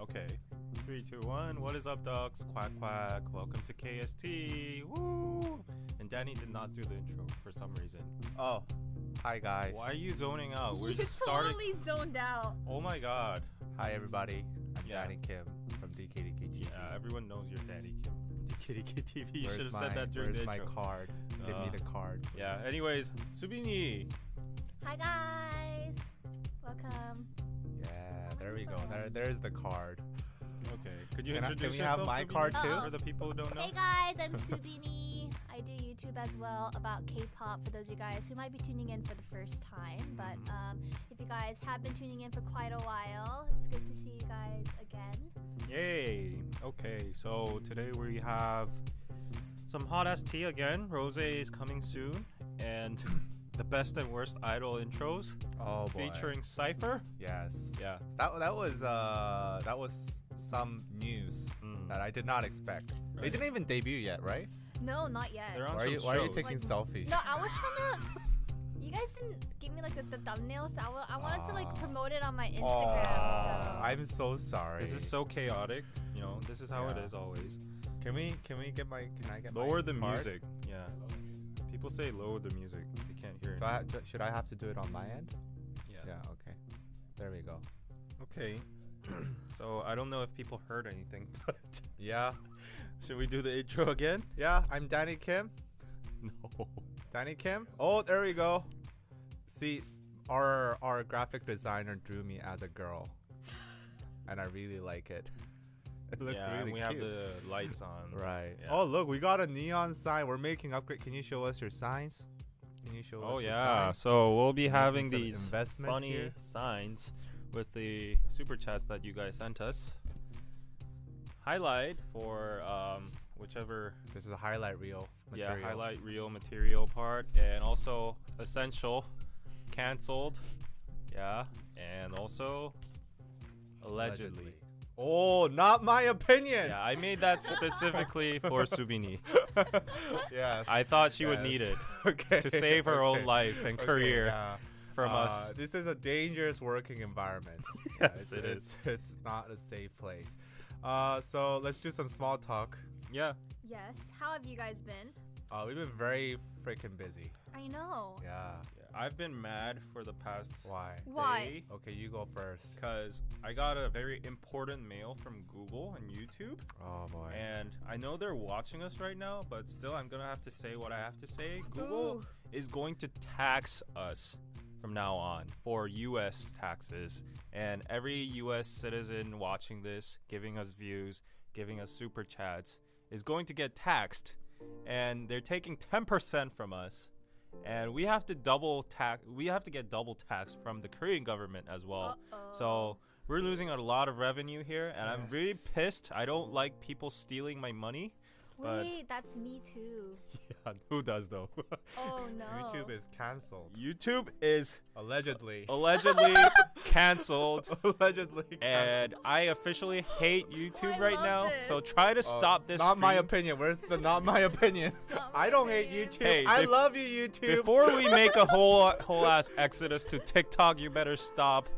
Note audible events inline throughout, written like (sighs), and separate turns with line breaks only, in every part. Okay. Three, two, one. What is up, dogs? Quack, quack. Welcome to KST. Woo! And Danny did not do the intro for some reason.
Oh, hi guys.
Why are you zoning out? Uh,
(laughs)
We're
you
just starting.
totally zoned out.
Oh my god.
Hi everybody. I'm
Yeah.
Danny Kim from DKDKT.
Yeah, everyone knows your daddy, Kim. from The Kitty Kitty TV. You
Where's
should have
my,
said that during
Where's
the
my
intro.
card? Give
Uh,
me the card.
Yeah, anyways, Subini.
Hi guys, welcome.
Yeah. There we go. There, there's the card.
Okay. Could you
Can I-
introduce
can we
yourself?
have my
Subini,
card
too?
For the people who don't know.
Hey guys,
(laughs)
I'm Subini. I do YouTube as well about K-pop for those of you guys who might be tuning in for the first time. But
Mm-hmm.
um, if you guys have been tuning in for quite a while, it's good to see you guys again.
Yay! Okay, so today we have some hot ass tea again. Rose is coming soon, and (laughs) the best and worst idol intros
Oh boy.
featuring Cypher.
Yes.
Yeah,
That that was uh that was some news
Mm.
that I did not expect. They
Right.
didn't even debut yet, right?
No, not yet.
They're on
Why are
some
you Why are you
shows.
taking selfies?
No, I was trying to. (laughs) You guys didn't give me like the, the thumbnails. I wa- I wanted to like
Aw.
promote it on my Instagram. so.
Aw, I'm so sorry.
this is so chaotic. You know, this is how it
Yeah.
is always.
Can we can we get my can I get my
Lower the
card?
music. Yeah, people say lower the music. They can't hear it.
Do I have to, should I have to do it on my end?
Yeah.
Yeah, okay. There we go.
Okay. (clears throat) so I don't know if people heard anything, (laughs) but
Yeah.
should we do the intro again?
Yeah, I'm Danny Kim.
(laughs) No.
Danny Kim. Oh, there we go. See, our our graphic designer drew me as a girl. And I really
(laughs)
like it. It looks
yeah,
really
and we
cute.
have the lights
(laughs)
on.
right.
Yeah.
Oh, look, we got a neon sign. We're making upgrade. Can you show us your signs? Can you show us
Oh
the
yeah,
signs?
so we'll be having
some
these
investments
funny
here.
signs with the super chats that you guys sent us. Highlight for um, whichever
This is a highlight reel material.
yeah highlight real material part, and also essential, canceled, yeah, and also allegedly.
Oh, not my opinion.
Yeah, (laughs) I made that specifically for Subini.
(laughs) yes.
I thought she would need it
(laughs) okay.
to save her
okay,
own life and
okay,
career
yeah.
from
Uh,
us.
This is a dangerous
(laughs)
working environment. yes,
it
it's, (laughs) It's not a safe place. Uh, so let's do some small talk.
Yeah.
Yes. How have you guys been?
Uh, we've been very freaking busy.
I know.
Yeah.
Yeah, I've been mad for the past
Why?
Why?
day
Okay, you go first.
because I got a very important mail from Google and YouTube,
Oh boy.
and I know they're watching us right now, but still, I'm gonna have to say what I have to say. Google
Ooh.
is going to tax us from now on for U.S. taxes, and every U.S. citizen watching this, giving us views, giving us super chats, is going to get taxed, and they're taking 10% from us. And we have to double tax. We have to get double tax from the Korean government as well.
Uh-oh.
So we're losing a lot of revenue here, and I'm
Yes.
really pissed. I don't like people stealing my money. But-
Wait, that's me too.
(laughs) Yeah, who does though? (laughs)
Oh no.
YouTube is canceled.
YouTube is
Allegedly.
Oh,
(laughs)
(laughs)
allegedly canceled.
Allegedly canceled.
oh. And I officially hate YouTube
I
right
love
now.
this.
So try to
Oh,
stop this.
Not my
stream.
opinion. Where's the not my (laughs) opinion?
Not my
I don't hate
opinion.
YouTube.
Hey,
I
bef-
love you, YouTube.
Before
(laughs)
we make a whole whole ass exodus to TikTok, you better stop.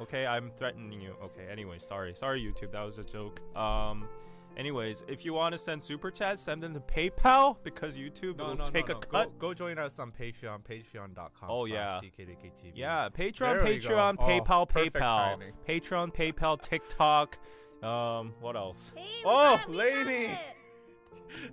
Okay, I'm threatening you. Okay, anyway, sorry. Sorry YouTube, that was a joke. Um anyways, if you want to send super chats, send them to PayPal because YouTube
No,
will
no,
take
no, no.
a cut.
Go, go join us on Patreon, patreon.com.
Oh,
slash
yeah.
DKDKTV.
Yeah, Patreon,
There we go.
Patreon,
Oh,
PayPal,
perfect
PayPal.
timing.
Patreon, PayPal, TikTok. Um, what else?
Hey, we
Oh,
got it, we
lady.
got it.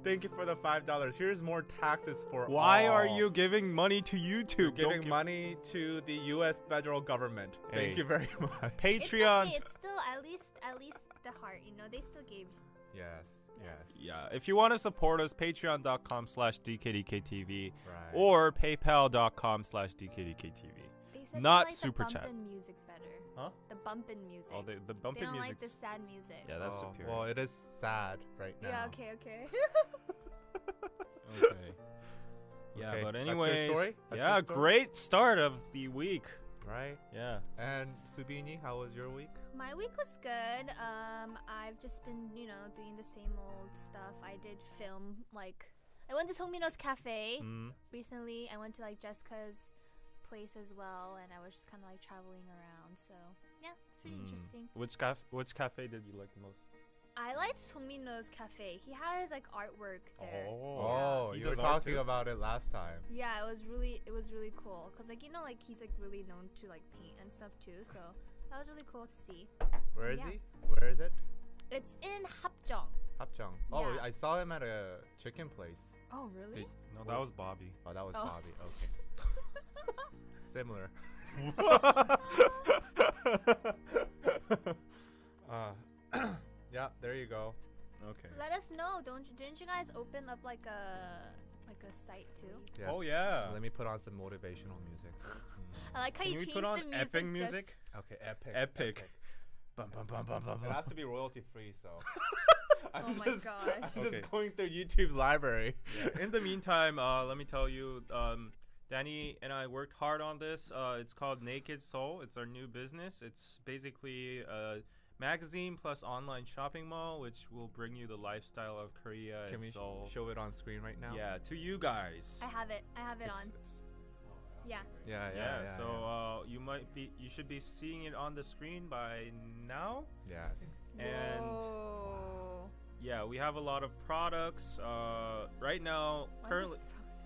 Thank you for the five dollars. Here's more taxes for
Why
all.
are you giving money to YouTube?
Oh. giving
Don't give-
money to the U.S. federal government?
Hey.
Thank you very (laughs) much.
It's
Patreon.
okay. It's still at least at least the heart. You know, they still gave.
yes, yes.
Yeah, if you want to support us, patreon.com slash DKDKTV
Right.
or paypal.com slash DKDKTV.
They said
Not
they like
super
the
chat.
bumpin' music better.
Huh?
The bumpin' music.
Oh, the, the
they
bumping
don't
music.
like the sad music.
yeah, that's
Oh,
superior.
well, it is sad right now.
Yeah, okay, okay. (laughs)
(laughs)
okay. Yeah,
Okay,
but
that's your
anyway.
story? That's
yeah,
your story?
great start of the week.
Right.
Yeah.
And Subini, how was your week?
My week was good. Um, I've just been, you know, doing the same old stuff. I did film like I went to Songmino's cafe
Mm.
recently. I went to like Jessica's place as well, and I was just kind of like traveling around. So yeah, it's it's pretty
Mm.
interesting.
Which caf- which cafe did you like the most?
I liked Somino's cafe. He had his like artwork there.
Oh,
He
you were
does art
talking
too?
about it last time.
Yeah, it was really it was really cool because like you know like he's like really known to like paint and stuff too. So that was really cool to see.
Where is
Yeah.
he? Where is it?
It's in Hapjeong.
Hapchang. Oh,
Yeah.
I saw him at a chicken place.
Oh really?
Did-
No, that was Bobby.
Oh, that was
Oh.
Bobby. Okay.
(laughs)
Similar. (laughs)
Uh,
(clears throat) yeah, there you go.
okay.
(laughs) Let us know. Don't you, didn't you guys open up like a like a site too?
Yes.
Oh yeah.
Let me put on some motivational
(laughs)
music.
I like how
Can
you
we
changed
put on
the music.
epic
just-
music?
Okay, epic.
Epic. Bum, bum, bum, bum, bum,
It has
bum.
to be royalty free,
(laughs)
so. I'm
Oh my
just, I'm
gosh.
just
Okay.
going through YouTube's library.
In the meantime, uh, let me tell you, um, Danny and I worked hard on this. Uh, it's called Naked Soul. It's our new business. It's basically a magazine plus online shopping mall, which will bring you the lifestyle of Korea
(laughs) Can
and
we sh-
Seoul.
show it on screen right now?
Yeah, to you guys.
I have it. I have it on. Yeah.
Yeah, yeah.
yeah,
yeah,
so Uh, you might be, you should be seeing it on the screen by now.
yeah. Yes.
And-
Whoa.
Yeah, we have a lot of products. Uh, right now,
Why is it
currently,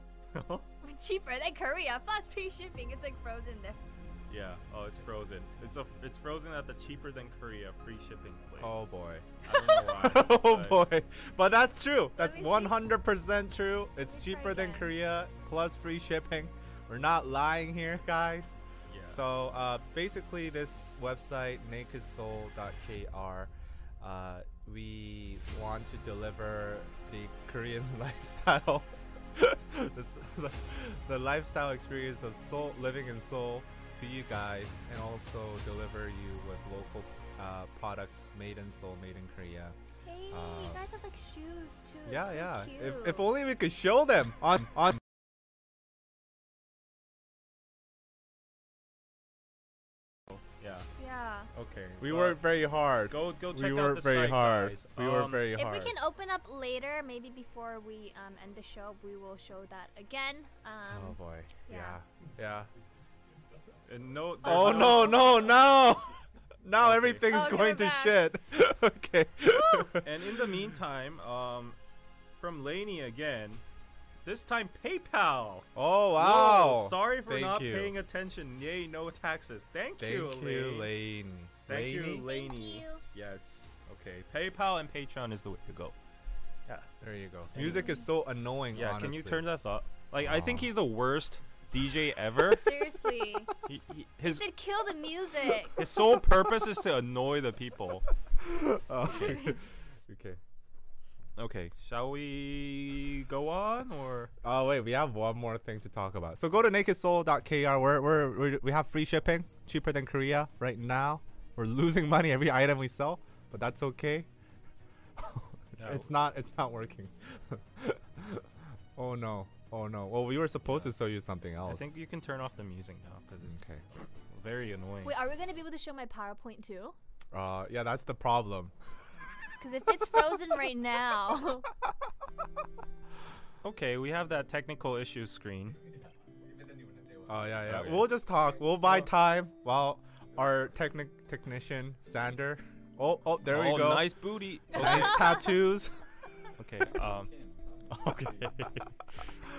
(laughs)
frozen? (laughs) cheaper than Korea plus free shipping. It's like frozen there.
yeah. Oh, it's frozen. It's a, it's frozen at the cheaper than Korea free shipping place.
oh boy.
I don't know why.
(laughs) oh
but-
boy. But that's true.
Let
That's
me see.
100% true. It's
Let me try
cheaper than
again.
Korea plus free shipping. We're not lying here, guys.
Yeah.
So uh, basically, this website, nakedsoul.kr, uh, we want to deliver the Korean (laughs) lifestyle, this, (laughs) the, the lifestyle experience of Seoul, living in Seoul, to you guys, and also deliver you with local uh, products made in Seoul, made in Korea.
Hey, you
Uh,
guys have like shoes too. It's
yeah,
so
yeah.
Cute.
If, if only we could show them on on.
yeah.
Yeah.
Okay.
We
uh,
worked very hard.
Go go check
we
out
worked
the
very
site,
hard.
guys.
We worked
Um,
very
If
hard.
we can open up later, maybe before we um, end the show, we will show that again.
oh
Um,
boy. Yeah.
yeah.
(laughs)
Yeah.
And no. there's
Oh no no no! (laughs) Now
Okay.
everything's
Oh, give
going
it
to
back.
shit. (laughs) okay.
And in the meantime, um, from Laney again. This time PayPal.
(laughs) oh wow!
Whoa, sorry for
Thank
not
you.
paying attention. Yay, no taxes. Thank,
Thank
you,
you,
Elaine.
Lane.
Thank you,
Laney?
Laney.
(laughs)
you.
Yes. Okay. PayPal and Patreon is the way to go. Yeah.
There you go.
Thank
Music is so annoying.
Yeah. Can you
honestly.
turn us up? Like, I think
Oh.
he's the worst DJ ever.
seriously,
he, he,
you
his
said kill the
(laughs)
music.
his sole purpose is to annoy the people.
Oh, (laughs)
(laughs)
okay. okay.
Okay. Shall we go on or?
Oh wait, we have one more thing to talk about. So go to nakedsoul.kr. We're, we're, we're we have free shipping, cheaper than Korea right now. We're losing money every (laughs) item we sell, but that's okay.
No.
It's not it's not working. (laughs) oh no. Oh no. Well, we were supposed to sell you something else.
I think you can turn off the music now because it's
Okay.
very annoying.
Wait, are we gonna be able to show my PowerPoint too?
Uh, yeah, that's the problem.
Because if it's frozen right
(laughs)
now, (laughs)
Okay, we have that technical issue screen.
Oh yeah, yeah.
Okay.
We'll just talk. We'll buy time while our technic technician Sander. Oh, oh, there
oh,
we go.
nice booty.
nice tattoos. (laughs)
(laughs)
Okay. Um. (laughs) Okay.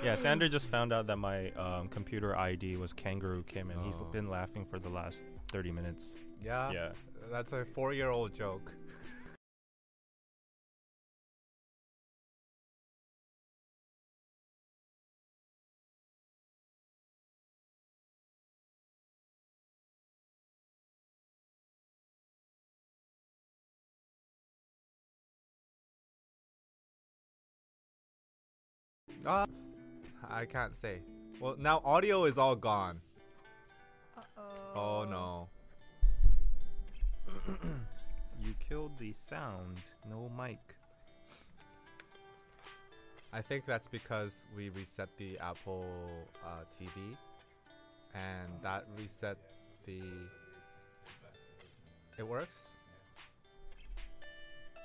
yeah, Sandra just found out that my um, computer ID was Kangaroo Kim, and he's
Oh. Uh,
been laughing for the last 30 minutes.
Yeah.
yeah.
That's a four-year-old joke. Ah, I can't say. Well, now audio is all gone.
Uh-oh.
Oh no.
You killed the sound. No mic.
I think that's because we reset the Apple uh, TV, and that reset the. It works.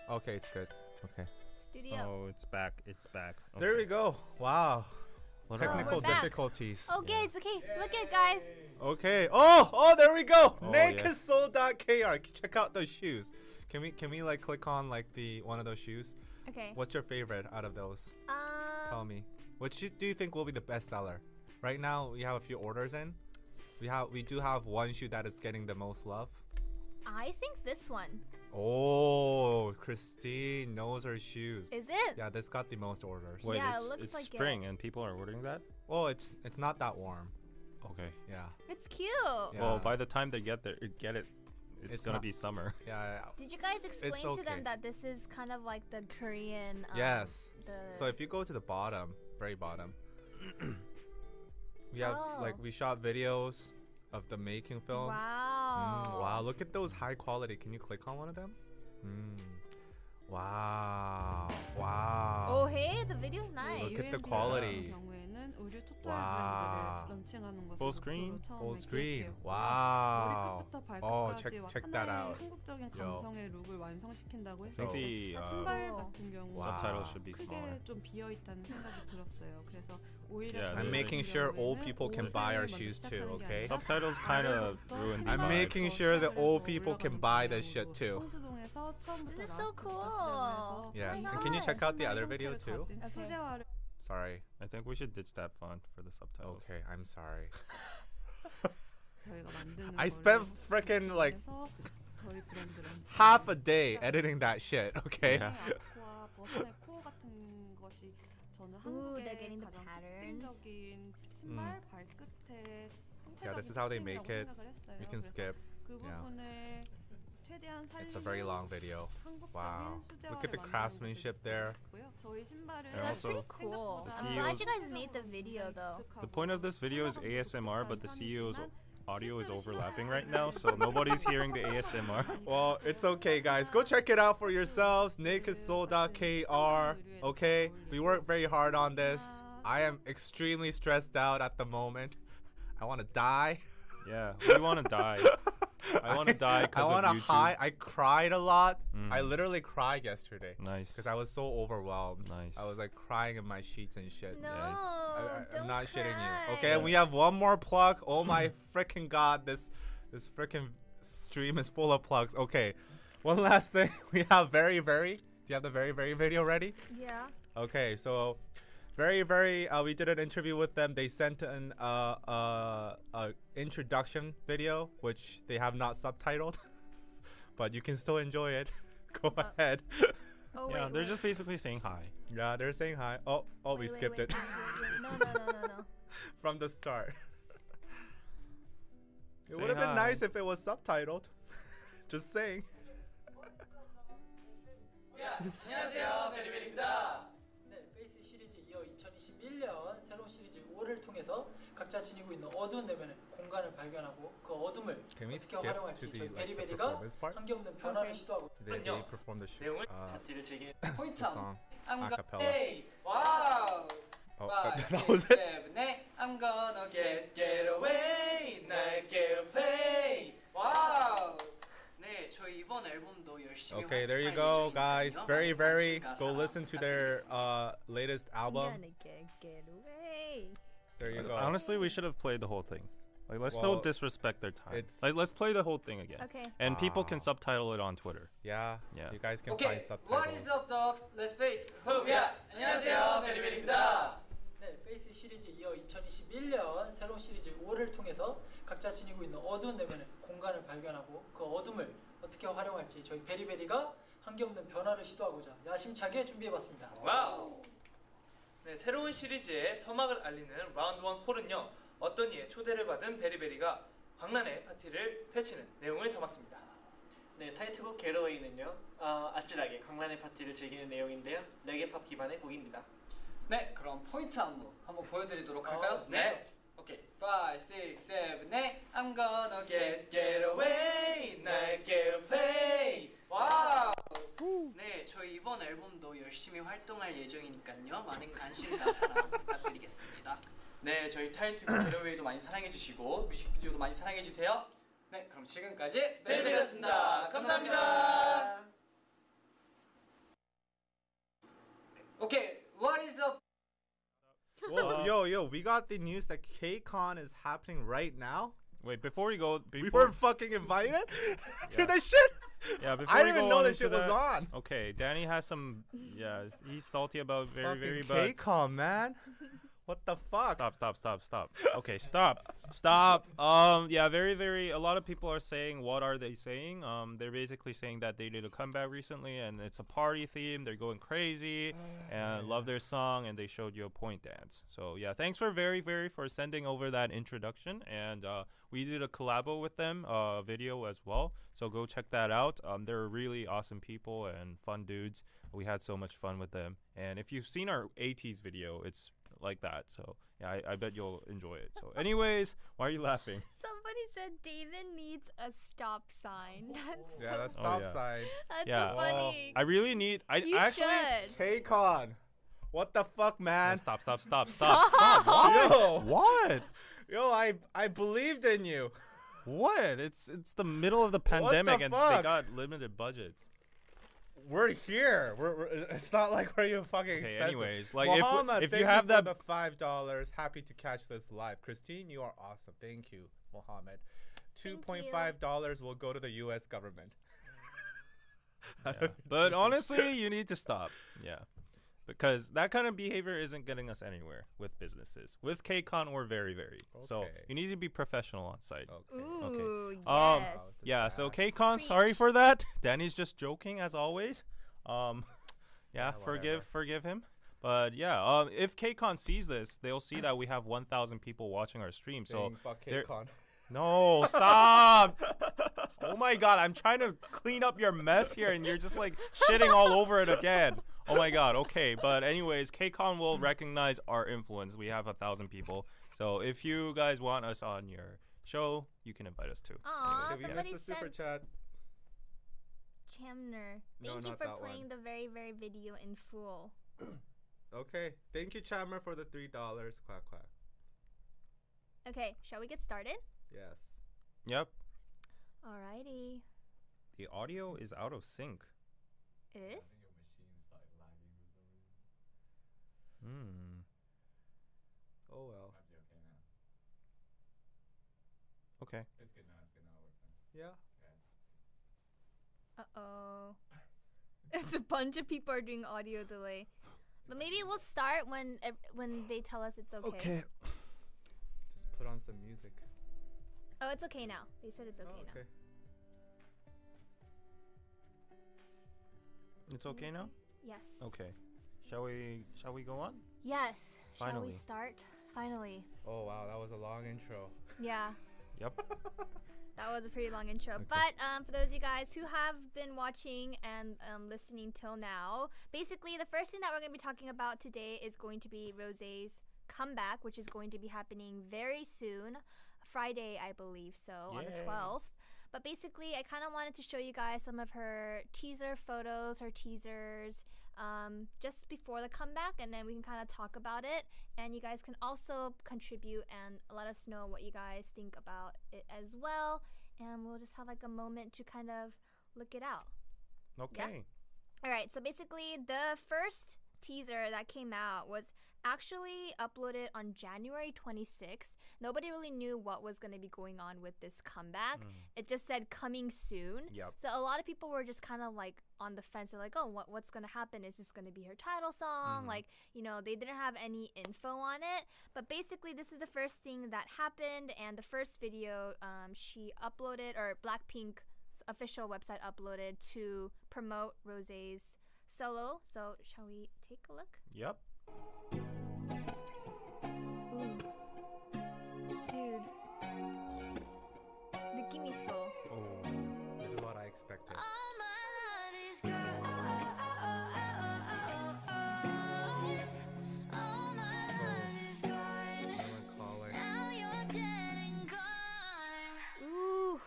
Okay, it's good. Okay.
Studio.
Oh, it's back. It's back.
There
Okay.
we go. Wow.
What
are-
Technical
Oh, we're back.
difficulties.
Okay, it's Oh, okay. Look at guys.
Okay. Oh, oh, there we go.
Oh, yeah.
Nakedsoul.kr. Check out those shoes. Can we can we like click on like the one of those shoes?
Okay.
What's your favorite out of those? Tell
Um,
me. What shoe do you think will be the best seller? Right now we have a few orders in. We have we do have one shoe that is getting the most love.
I think this one
Oh, Christine knows her shoes.
is it.
yeah, this got the most orders.
Wait,
Yeah, it
it's,
looks
it's
like it.
spring and people are ordering that?
Well, it's it's not that warm.
Okay.
Yeah.
It's cute.
Yeah.
Well, by the time they get there, get it, it's,
It's
gonna
not-
be
(laughs)
summer.
Yeah.
Did you guys explain to
okay.
them that this is kind of like the Korean? Um,
Yes. S-
The,
So if you go to the bottom, very bottom, (clears throat) we have like
Oh.
we shot videos of the making film.
wow.
Mm, wow, look at those high quality. Can you click on one of them? Mm. Wow. Wow.
Oh hey, the video's nice.
Look at the
UMD
quality.
같은 경우에는 의류 토탈
와.
브랜드를 런칭하는 것으로
Full screen?
Oh
처음에
Full screen.
기획되었고,
Wow.
머리끝부터
Oh,
발끝까지
check
와
check that
하나의
out.
한국적인
Yo.
감성의 룩을 완성시킨다고
I
해서
think the
아,
uh,
신발
어.
같은 경우
Wow.
subtitle should be smaller.
크게 좀 비어 있다는 생각이 들었어요. 그래서 오히려
Yeah,
저희
I'm
같은
making
sure old
경우에는
people can
옷을
buy our
먼저
shoes too,
시작하는 게
okay?
아니라
subtitles kind of
아래로부터
ruined the
신발을
I'm
vibe.
making
먼저
sure that old
시작하는
people can
올라가는
buy
방향으로
this shit too.
홍수동에서 처음부터
This is so
라스트부터
cool.
시작해서
Yes.
my
And can you
God.
check out the other
신발
video
형태를
too?
가진
Okay.
소재와를
Sorry.
I think we should ditch that font for the subtitles.
Okay, I'm sorry.
저희가 만드는
I
거를
spent frickin' like
그래서 저희 브랜드랑
(laughs) half a day editing that shit, okay?
Yeah.
아쿠아 버선의 코어 같은 것이 저는 한국의
they're getting the
가장
patterns.
특징적인 신발 발끝에
Yeah, this is how they make it.
생각을
You can
했어요.
skip.
그
yeah.
부분을 최대한
It's a very
살리는
long video.
한국적인
Wow.
수제화를
Look at the
만드는
craftsmanship
것도
there.
있고요. 저희 신발은
And
That's
also-
pretty cool.
생각보다
The
I'm glad
CEO's
you guys made the video though.
The point of this video is
하나만큼
ASMR, but the
독특한
CEO's
편이지만
audio is
실제로
(laughs)
overlapping
신발은
right now, so nobody's hearing the ASMR.
Well, it's okay, guys. Go check it out for yourselves. NakedSoul.kr. Okay, we worked very hard on this. I am extremely stressed out at the moment. I want to die.
Yeah, we want to
(laughs)
die. I wanna die 'cause
I
of
want to
YouTube.
hide. I cried a lot. I
Mm.
literally cried yesterday
Nice.
because I was so overwhelmed.
Nice.
I was like crying in my sheets and shit.
No,
Nice.
I, I,
don't
I'm not
cry.
shitting you. Okay, and we have one more plug. Oh
(laughs)
my freaking god, this this freaking stream is full of plugs. Okay, one last thing. (laughs) We have very very. Do you have the very very video ready?
Yeah.
Okay, so very very. Uh, we did an interview with them. They sent an uh, uh, uh introduction video, which they have not subtitled, (laughs) but you can still enjoy it. (laughs) Go
Uh,
ahead. (laughs)
Oh wait.
yeah, they're
wait.
just basically saying hi.
yeah, they're saying hi. Oh, oh, we
Wait, wait,
skipped
wait,
it (laughs)
wait, wait, wait. No, no, no, no, no.
from the start. (laughs)
Say
It would have been
hi.
nice if it was subtitled. (laughs) Just saying.
안녕하세요 베리베리입니다 네, 베이스 시리즈 이어 2021년 새로운 시리즈 5를 통해서 각자 지니고 있는 어두운 내면의 공간을 발견하고 그 어둠을
Can we
어떻게
skip to
활용할지
the,
저희
like, the
베리베리가
performance part?
환경 없는 변화를
Okay.
시도하고
They, they
있거든요
performed the, sh-
내용을
uh, (laughs)
파티를 제게
the
포인트
song.
I'm
a cappella.
gonna hey, wow
Oh, (laughs)
Five,
that, that
six,
was it.
seven, eight. I'm gonna get get away, 날 get away. Wow. 네, 저희 이번 앨범도 열심히
Okay, there you go,
활동할 예정이거든요.
guys. Very, very.
관심
Go
가사
listen to their uh, latest
I'm
album.
gonna get, get away.
There you
Uh,
go.
Honestly, we should have played the whole thing. Like, let's
Well,
not disrespect their time.
it's-
Like, let's play the whole thing again.
Okay.
And people can
Wow.
subtitle it on Twitter.
yeah,
Yeah.
you guys can
Okay,
find
what
subtitles.
is up, dogs? Let's face who we are. 안녕하세요, 베리베리입니다. 네, 페이스 시리즈 이어 2021년 새로운 시리즈 5를 통해서 각자 지니고 있는 어두운 내면의 공간을 발견하고 그 어둠을 어떻게 활용할지 저희 베리베리가 한계 없는 변화를 시도하고자 야심차게 준비해봤습니다.
와우! 네, 새로운 시리즈의 서막을 알리는 라운드 1 홀은요 어떤 이의 초대를 받은 베리베리가 광란의 파티를 펼치는 내용을 담았습니다
네, 타이틀곡 게러웨이는요. 어, 아찔하게 강란의 파티를 즐기는 내용인데요. 레게팝 기반의 곡입니다. 어, 네, 그럼 포인트 안무 한번 보여드리도록 할까요?
네.
오케이. 5, 6, 7, 8 I'm gonna get get away 날 get away 와우 네, 저희 이번 앨범도 열심히 활동할 예정이니까요. 많은 관심과 사랑 부탁드리겠습니다. 네, 저희 타이틀곡 게러웨이도 많이 사랑해주시고 뮤직비디오도 많이 사랑해주세요. 네, 그럼 지금까지 베리베리였습니다. 감사합니다. 오케이, What is up?
Whoa, yo, yo, yo, we got the news that KCON is happening right now.
Wait, before we go,
We
before
weren't fucking invited (laughs) to
Yeah.
this shit.
yeah, before
(laughs) I
we
didn't even
go
know
on
that
to
shit was
that-
on.
Okay, Danny has some. Yeah, he's salty about very, very bad.
fucking
(laughs)
KCON, man. What the fuck?
Stop, stop, stop, stop. Okay, stop, stop. Um, yeah, very, very. A lot of people are saying, what are they saying? Um, they're basically saying that they did a comeback recently, and it's a party theme. They're going crazy,
Oh,
and love their song, and they showed you a point dance. So yeah, thanks for very, very for sending over that introduction, and uh, we did a collabo with them, uh, video as well. So go check that out. Um, they're really awesome people and fun dudes. We had so much fun with them, and if you've seen our ATs video, it's like that. So yeah, I, I bet you'll enjoy it. So, anyways, why are you laughing?
Somebody said David needs a stop sign. (laughs) That's,
Yeah, that's
Oh,
stop
yeah.
sign.
that's
yeah.
so funny.
I really need. I
you
actually.
should.
KCON. What the fuck,
No,
man?
stop! Stop!
(laughs)
Stop! Stop! Stop!
Yo,
(laughs) What?
(laughs) yo, I I believed in you.
What? It's it's the middle of the pandemic and they
fuck?
got limited budgets.
We're here. We're, we're it's not like we're even fucking
Okay,
expensive.
anyways, like, if we-
Mohammed,
if you
thank
have
for
that-
the five dollars, happy to catch this live. Christine, you are awesome. Thank you, Mohammed. Two
Thank
point five dollars will go to the U.S. government.
Yeah. (laughs) But honestly, you need to stop. Yeah. Because that kind of behavior isn't getting us anywhere with businesses. With KCON, we're very, very. So
Okay.
you need to be professional on site.
Okay.
Ooh, yes.
Um,
This
Yeah,
is
so
ass.
KCON, sorry
Preach.
for that. (laughs) Danny's just joking as always. Um, (laughs) yeah,
Yeah,
forgive
whatever.
forgive him. But yeah, um, if KCON sees this, they'll see that we have 1,000 people watching our stream. So
Saying fuck
there-
KCON.
no, stop! oh my god, I'm trying to clean up your mess here, and you're just like shitting all over it again. Oh my god. Okay, but anyways, KCON will recognize our influence. We have a thousand people, so if you guys want us on your show, you can invite us too.
Aw,
Anyways,
Did we miss
somebody
the super chat?
said- Chamner,
No,
thank you
not
for
that
playing
one.
the very, very video in full.
Okay, thank you, Chandler, for the three dollars. Quack quack.
Okay, shall we get started?
Yes.
Yep.
Alrighty.
The audio is out of sync.
It is?
Hmm.
Oh well.
Okay.
Yeah.
Uh oh. it's a bunch of people are doing audio delay. But maybe we'll start when ev- when they tell us it's okay.
Just put on some music.
Oh, it's okay now. They said it's okay,
oh, okay.
It's okay now.
now. Yes.
Okay. Shall we? Shall we go on?
Yes. Shall
Finally.
we start? Finally.
Oh wow, that was a long intro.
Yeah. (laughs)
Yep.
That was a pretty long intro. But um, for those of you guys who have been watching and um, listening till now, basically the first thing that we're going to be talking about today is going to be Rose's comeback, which is going to be happening very soon. Friday, I believe so, on the
Yay.
12th. But basically, I kind of wanted to show you guys some of her teaser photos, her teasers, um, just before the comeback, and then we can kind of talk about it. And you guys can also contribute and let us know what you guys think about it as well. And we'll just have like a moment to kind of look it out.
Okay.
All right, so basically, the first teaser that came out was actually uploaded on January 26th. Nobody really knew what was going to be going on with this comeback.
Hmm.
It just said coming soon.
Yep.
So a lot of people were just kind of like on the fence. They're like, oh, what, what's going to happen? Is this going to be her title song?
Mhm.
Like, you know, they didn't have any info on it. But basically, this is the first thing that happened. And the first video um, she uploaded, or Blackpink's official website uploaded to promote Rose's solo. So shall we take a look?
Yep.
Ooh. Dude. 느낌이 있어.
Oh.
This is what I expected. Someone calling.
Ooh.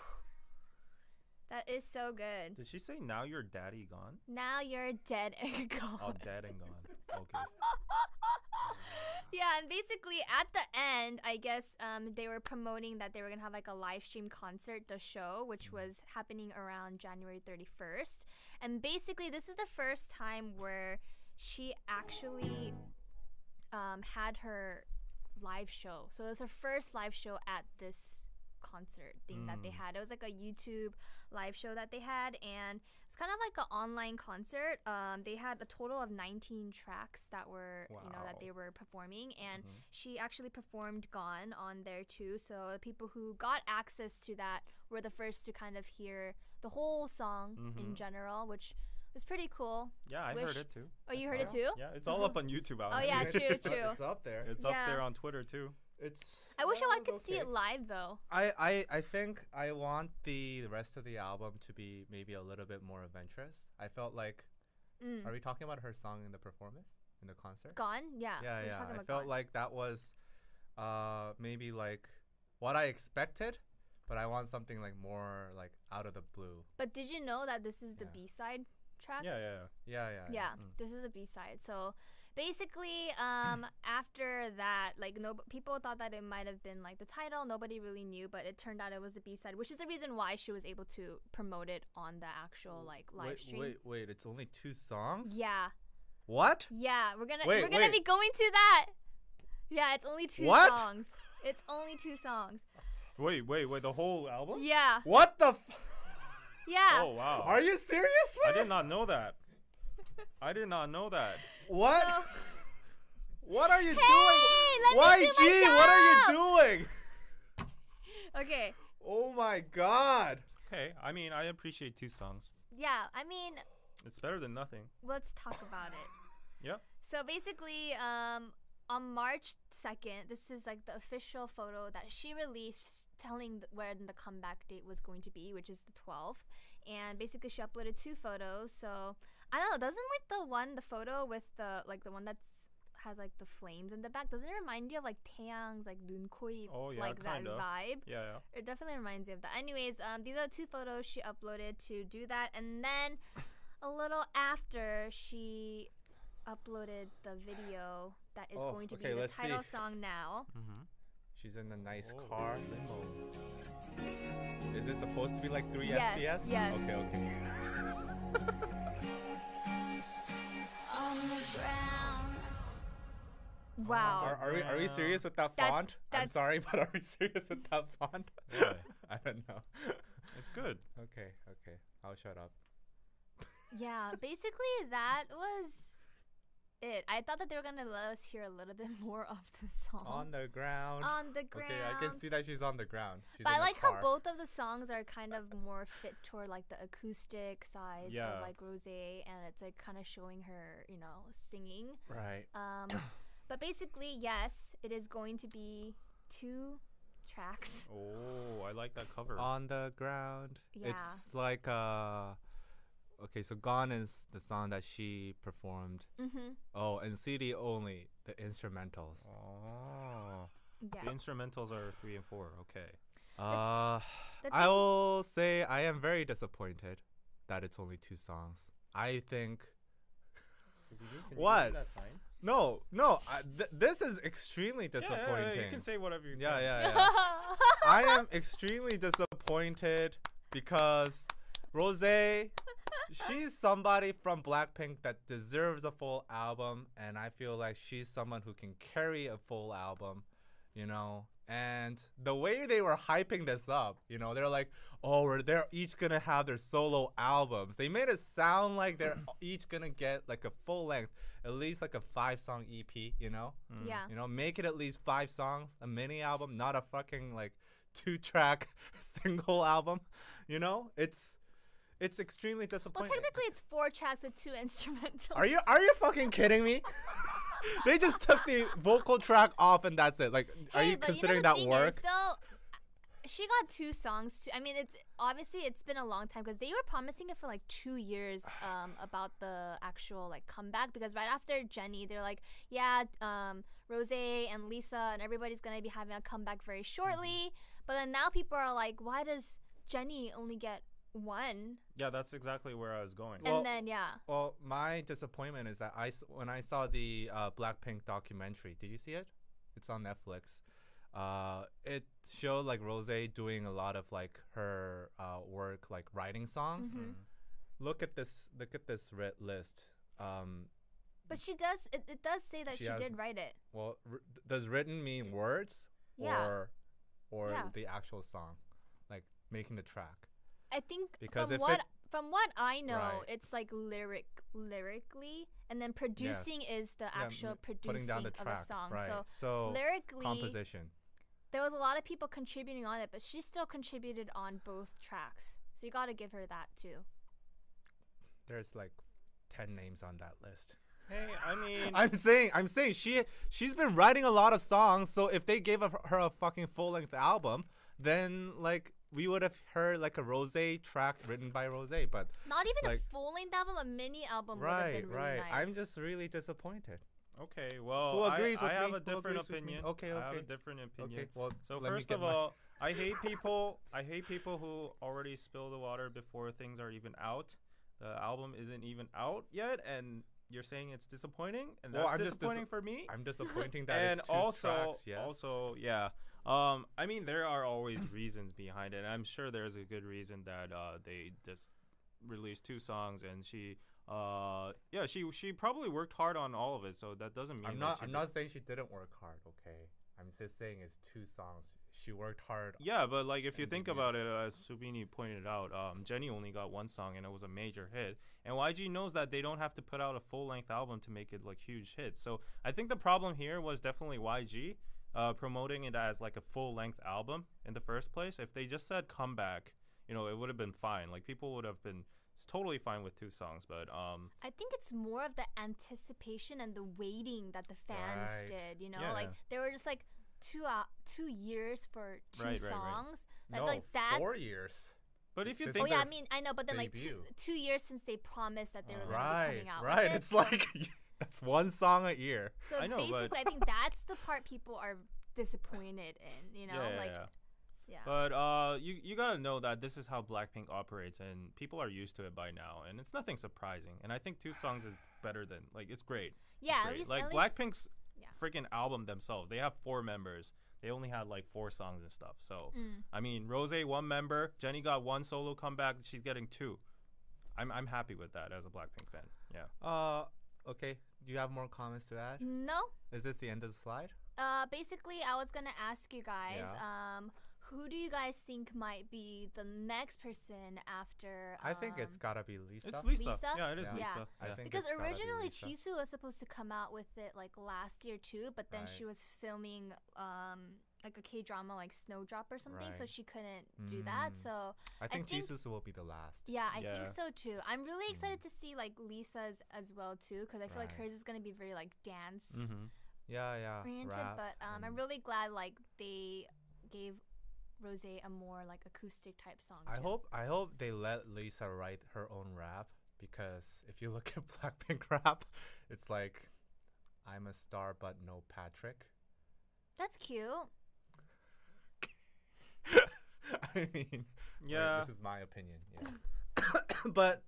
That is so good.
Did she say now your daddy gone?
Now you're dead and (laughs) gone.
Oh, dead and gone.
(laughs)
Okay.
yeah, and basically at the end, I guess um, they were promoting that they were gonna have like a live stream concert, the show, which was happening around January 31st. And basically, this is the first time where she actually um, had her live show. So it was her first live show at this concert thing that they
Mm.
had. It was like a YouTube live show that they had, and it's kind of like an online concert. Um, they had a total of 19 tracks that were, you know,
Wow.
that they were performing, and
Mhm.
she actually performed Gone on there too. So the people who got access to that were the first to kind of hear the whole song in
Mm-hmm.
Mhm.
general, which was pretty cool.
Yeah, I
Wish-
heard it too.
Oh, you
I
heard it
saw
too? Oh,
Yeah, it's all up on YouTube. Honestly.
(laughs)
yeah,
It's-
true,
(laughs)
it's up-
true.
It's up there.
It's up
Yeah.
there on Twitter too.
It's.
I wish
yeah,
I
was
could see it
okay.
live though.
I, I, I think I want the rest of the album to be maybe a little bit more adventurous. I felt like,
Mm.
are we talking about her song in the performance in the concert?
Gone? Yeah.
yeah,
we're
yeah.
talking
I
about
felt
Gone.
like that was, uh, maybe like what I expected, but I want something like more like out of the blue.
But did you know that this is the
Yeah.
B-side track?
Yeah, yeah, yeah.
Yeah, yeah.
Yeah,
Mm.
this is a B-side. So basically, um, after that, like no people thought that it might have been like the title. Nobody really knew, but it turned out it was a B-side, which is the reason why she was able to promote it on the actual like live
wait,
stream.
wait, wait! It's only two songs.
Yeah,
What?
yeah. We're gonna
Wait,
we're gonna
wait.
be going to that. Yeah, it's only two
What?
songs. It's only two songs.
Wait, wait, wait. The whole
Oh.
album?
Yeah,
What the? F-
yeah.
Oh wow.
Are you serious?
I
man?
did not know that. I did not know that.
What?
So-
(laughs) What are you
let
doing?
me do my
YG, what
job!
are you doing?
Okay.
Oh my god.
Okay, I mean, I appreciate two songs.
Yeah, I mean,
It's better than nothing.
let's talk about it.
(laughs) Yeah.
So basically, um, on March 2nd, this is like the official photo that she released telling th- when the comeback date was going to be, which is the 12th. And basically, she uploaded two photos. So I don't know, doesn't like the one, the photo with the, like the one that's has like the flames in the back, doesn't it remind you of like Taeyang's like Nunkoi,
Oh, yeah,
like that
kind of.
vibe?
Yeah, yeah.
It definitely reminds me of that. Anyways, um, these are two photos she uploaded to do that, and then a little after she uploaded the video that is
Oh,
going to
okay,
be the
let's see.
title song now.
Mm-hmm.
She's in a nice
Oh.
car. Is this supposed to be like 3
Yes,
FPS?
yes.
Okay, okay.
On the ground.
Mm-hmm.
Wow.
Are, are we are we serious with that
That's-
font? I'm
that's-
sorry, (laughs) but are we serious with that font?
Yeah.
(laughs) I don't know.
It's good.
okay, okay. I'll shut up.
yeah, basically that was it. I thought that they were gonna let us hear a little bit (laughs) more of the song
On the ground.
On the ground.
Okay, I can see that she's on the ground. She's
But
in
I
a
like
car.
how both of the songs are kind of more fit toward like the acoustic sides
Yeah.
of like Rose, and it's like kind of showing her, you know, singing.
Right.
Um,
(coughs)
but basically, yes, it is going to be two tracks.
Oh, I like that cover.
On the ground.
Yeah.
It's like uh Okay, so Gone is the song that she performed.
Mm-hmm.
Oh, and CD only, the instrumentals.
oh. The
Yeah.
instrumentals are three and four. Okay.
Uh
The
I
(laughs) thing-
will say I am very disappointed that it's only two songs. I think What? no, no. I, th- this is extremely
Yeah, yeah, yeah,
disappointing.
you can say whatever you
yeah,
can.
yeah,
(laughs)
yeah. I am extremely disappointed because Rose, she's somebody from Blackpink that deserves a full album, and I feel like she's someone who can carry a full album, you know. And the way they were hyping this up, you know, they're like, "Oh, we're, they're each gonna have their solo albums." They made it sound like they're each gonna get like a full length, at least like a five-song EP, you know.
Mm.
yeah.
You know, make it at least five songs, a mini album, not a fucking like two track (laughs) single album. You know, it's it's extremely
Well,
disappointing.
technically, it's four tracks with two (laughs) instrumentals.
are you are you fucking kidding me? (laughs) they just took the vocal track off and that's it. Like, are
Hey,
you
but
considering
know the
that
thing
work?
Is, so she got two songs. To, I mean, it's obviously it's been a long time because they were promising it for like two
(sighs)
years um, about the actual like comeback. Because right after Jenny, they're like, yeah, um, Rose and Lisa and everybody's gonna be having a comeback very shortly.
Mm-hmm.
But then now people are like, why does Jenny only get one?
Yeah, that's exactly where I was going.
Well-
and then yeah,
well, my disappointment is that I s- when I saw the uh, Blackpink documentary, did you see it? It's on Netflix. Uh, it showed like Rose doing a lot of like her uh, work, like writing songs.
Mhm.
Look at this. Look at this red list. Um,
But she does. It, it does say that
She
she,
has-
did write it.
Well, r- does written mean words
Yeah.
or or
Yeah.
the actual song, like making the track?
I think
Because
from
if
what
it-
from what I know,
Right.
it's like lyric lyrically, and then producing is the
Yeah,
actual
m-
producing
putting down the
of
track,
a song.
right?
So,
So,
lyrically,
composition.
there was a lot of people contributing on it, but she still contributed on both tracks. So you got to give her that too.
There's like ten names on that list.
Hey, I mean,
(laughs) I'm saying, I'm saying she she's been writing a lot of songs. So if they gave a, her a fucking full length album, then like we would have heard like a Rose track written by Rose. But
Not even
Like-
a full length album, a mini album would have
right,
been really
right,
nice.
I'm just really disappointed.
okay. Well,
Who agrees
I,
with
I have
me?
a
Who
different
agrees with me?
opinion.
Okay,
I have a
okay.
different opinion.
Okay, well,
So
let me
first
get
of
my-
all, I hate people. I hate people who already spill the water before things are even out. The album isn't even out yet, and you're saying it's disappointing, and
Well,
that's
I'm just dis-
disappointing for me.
(laughs) I'm
(laughs)
disappointing that
and
it's two
also,
tracks. Yes.
also, yeah. Um, I mean, there are always (clears throat) reasons behind it. I'm sure there's a good reason that uh, they just released two songs, and she, uh, yeah, she she probably worked hard on all of it. So that doesn't mean
I'm
that
not.
she
I'm
did-
not saying she didn't work hard. Okay, I'm just saying it's two songs. She worked hard.
Yeah, but like if you
and the
think
music.
about it, uh, as Subini pointed out, um, Jenny only got one song and it was a major hit. And YG knows that they don't have to put out a full length album to make it like huge hit. So I think the problem here was definitely YG uh, promoting it as like a full length album in the first place. If they just said comeback, you know, it would have been fine. Like people would have been totally fine with two songs. But um,
I think it's more of the anticipation and the waiting that the fans
Right.
did. You know,
Yeah.
like they were just like two uh, two years for two
Right, right, right.
songs.
No,
I feel like that's
four years.
but if you
This-
think
Oh yeah, I
that-
mean I know, but then like
debut.
two, two years since they promised that they were going to be
Right,
coming out. with
right. (laughs)
it,
It's
so-
like that's one song a year.
so
I know, but-
basically, I think that's the part people are disappointed in. You know,
Yeah, yeah,
like
yeah.
yeah.
But uh, you you gotta know that this is how Blackpink operates, and people are used to it by now, and it's nothing surprising. And I think two songs is better than like it's great. It's
Yeah, at
great.
least-
like
at least-
Blackpink's
yeah.
freaking album themselves, they have four members. They only had like four songs and stuff. So
Mm.
I mean, Rose one member, Jenny got one solo comeback. She's getting two. I'm I'm happy with that as a Blackpink fan. Yeah.
Uh, okay. Do you have more comments to add?
no,
Is this the end of the slide?
uh, basically, I was gonna ask you guys,
Yeah.
um, who do you guys think might be the next person after?
I think it's
um,
gotta be Lisa.
It's Lisa.
Lisa?
Yeah, it is
Yeah.
Lisa.
Yeah.
I
Yeah.
think
because
it's gotta be
originally
Lisa.
Chisu was supposed to come out with it like last year too, but then
Right.
she was filming um like a K drama like Snowdrop or something, so
Right.
she couldn't do that.
Mm.
So
I think
think-
Jesus will be the last.
yeah, I
Yeah.
think so too. I'm really excited to see like Lisa's as well too, because I feel like
Mm. Right.
hers is gonna be very like dance
Mhm.
Yeah, yeah.
oriented.
rap
But um, I'm
and-
really glad like they gave Rose a more like acoustic type song.
I
too.
hope I hope they let Lisa write her own rap because if you look (laughs) at Blackpink rap, it's like I'm a star but no Patrick. (laughs)
that's cute.
I mean, like,
Yeah.
this is my opinion. Yeah. (coughs)
Mm.
but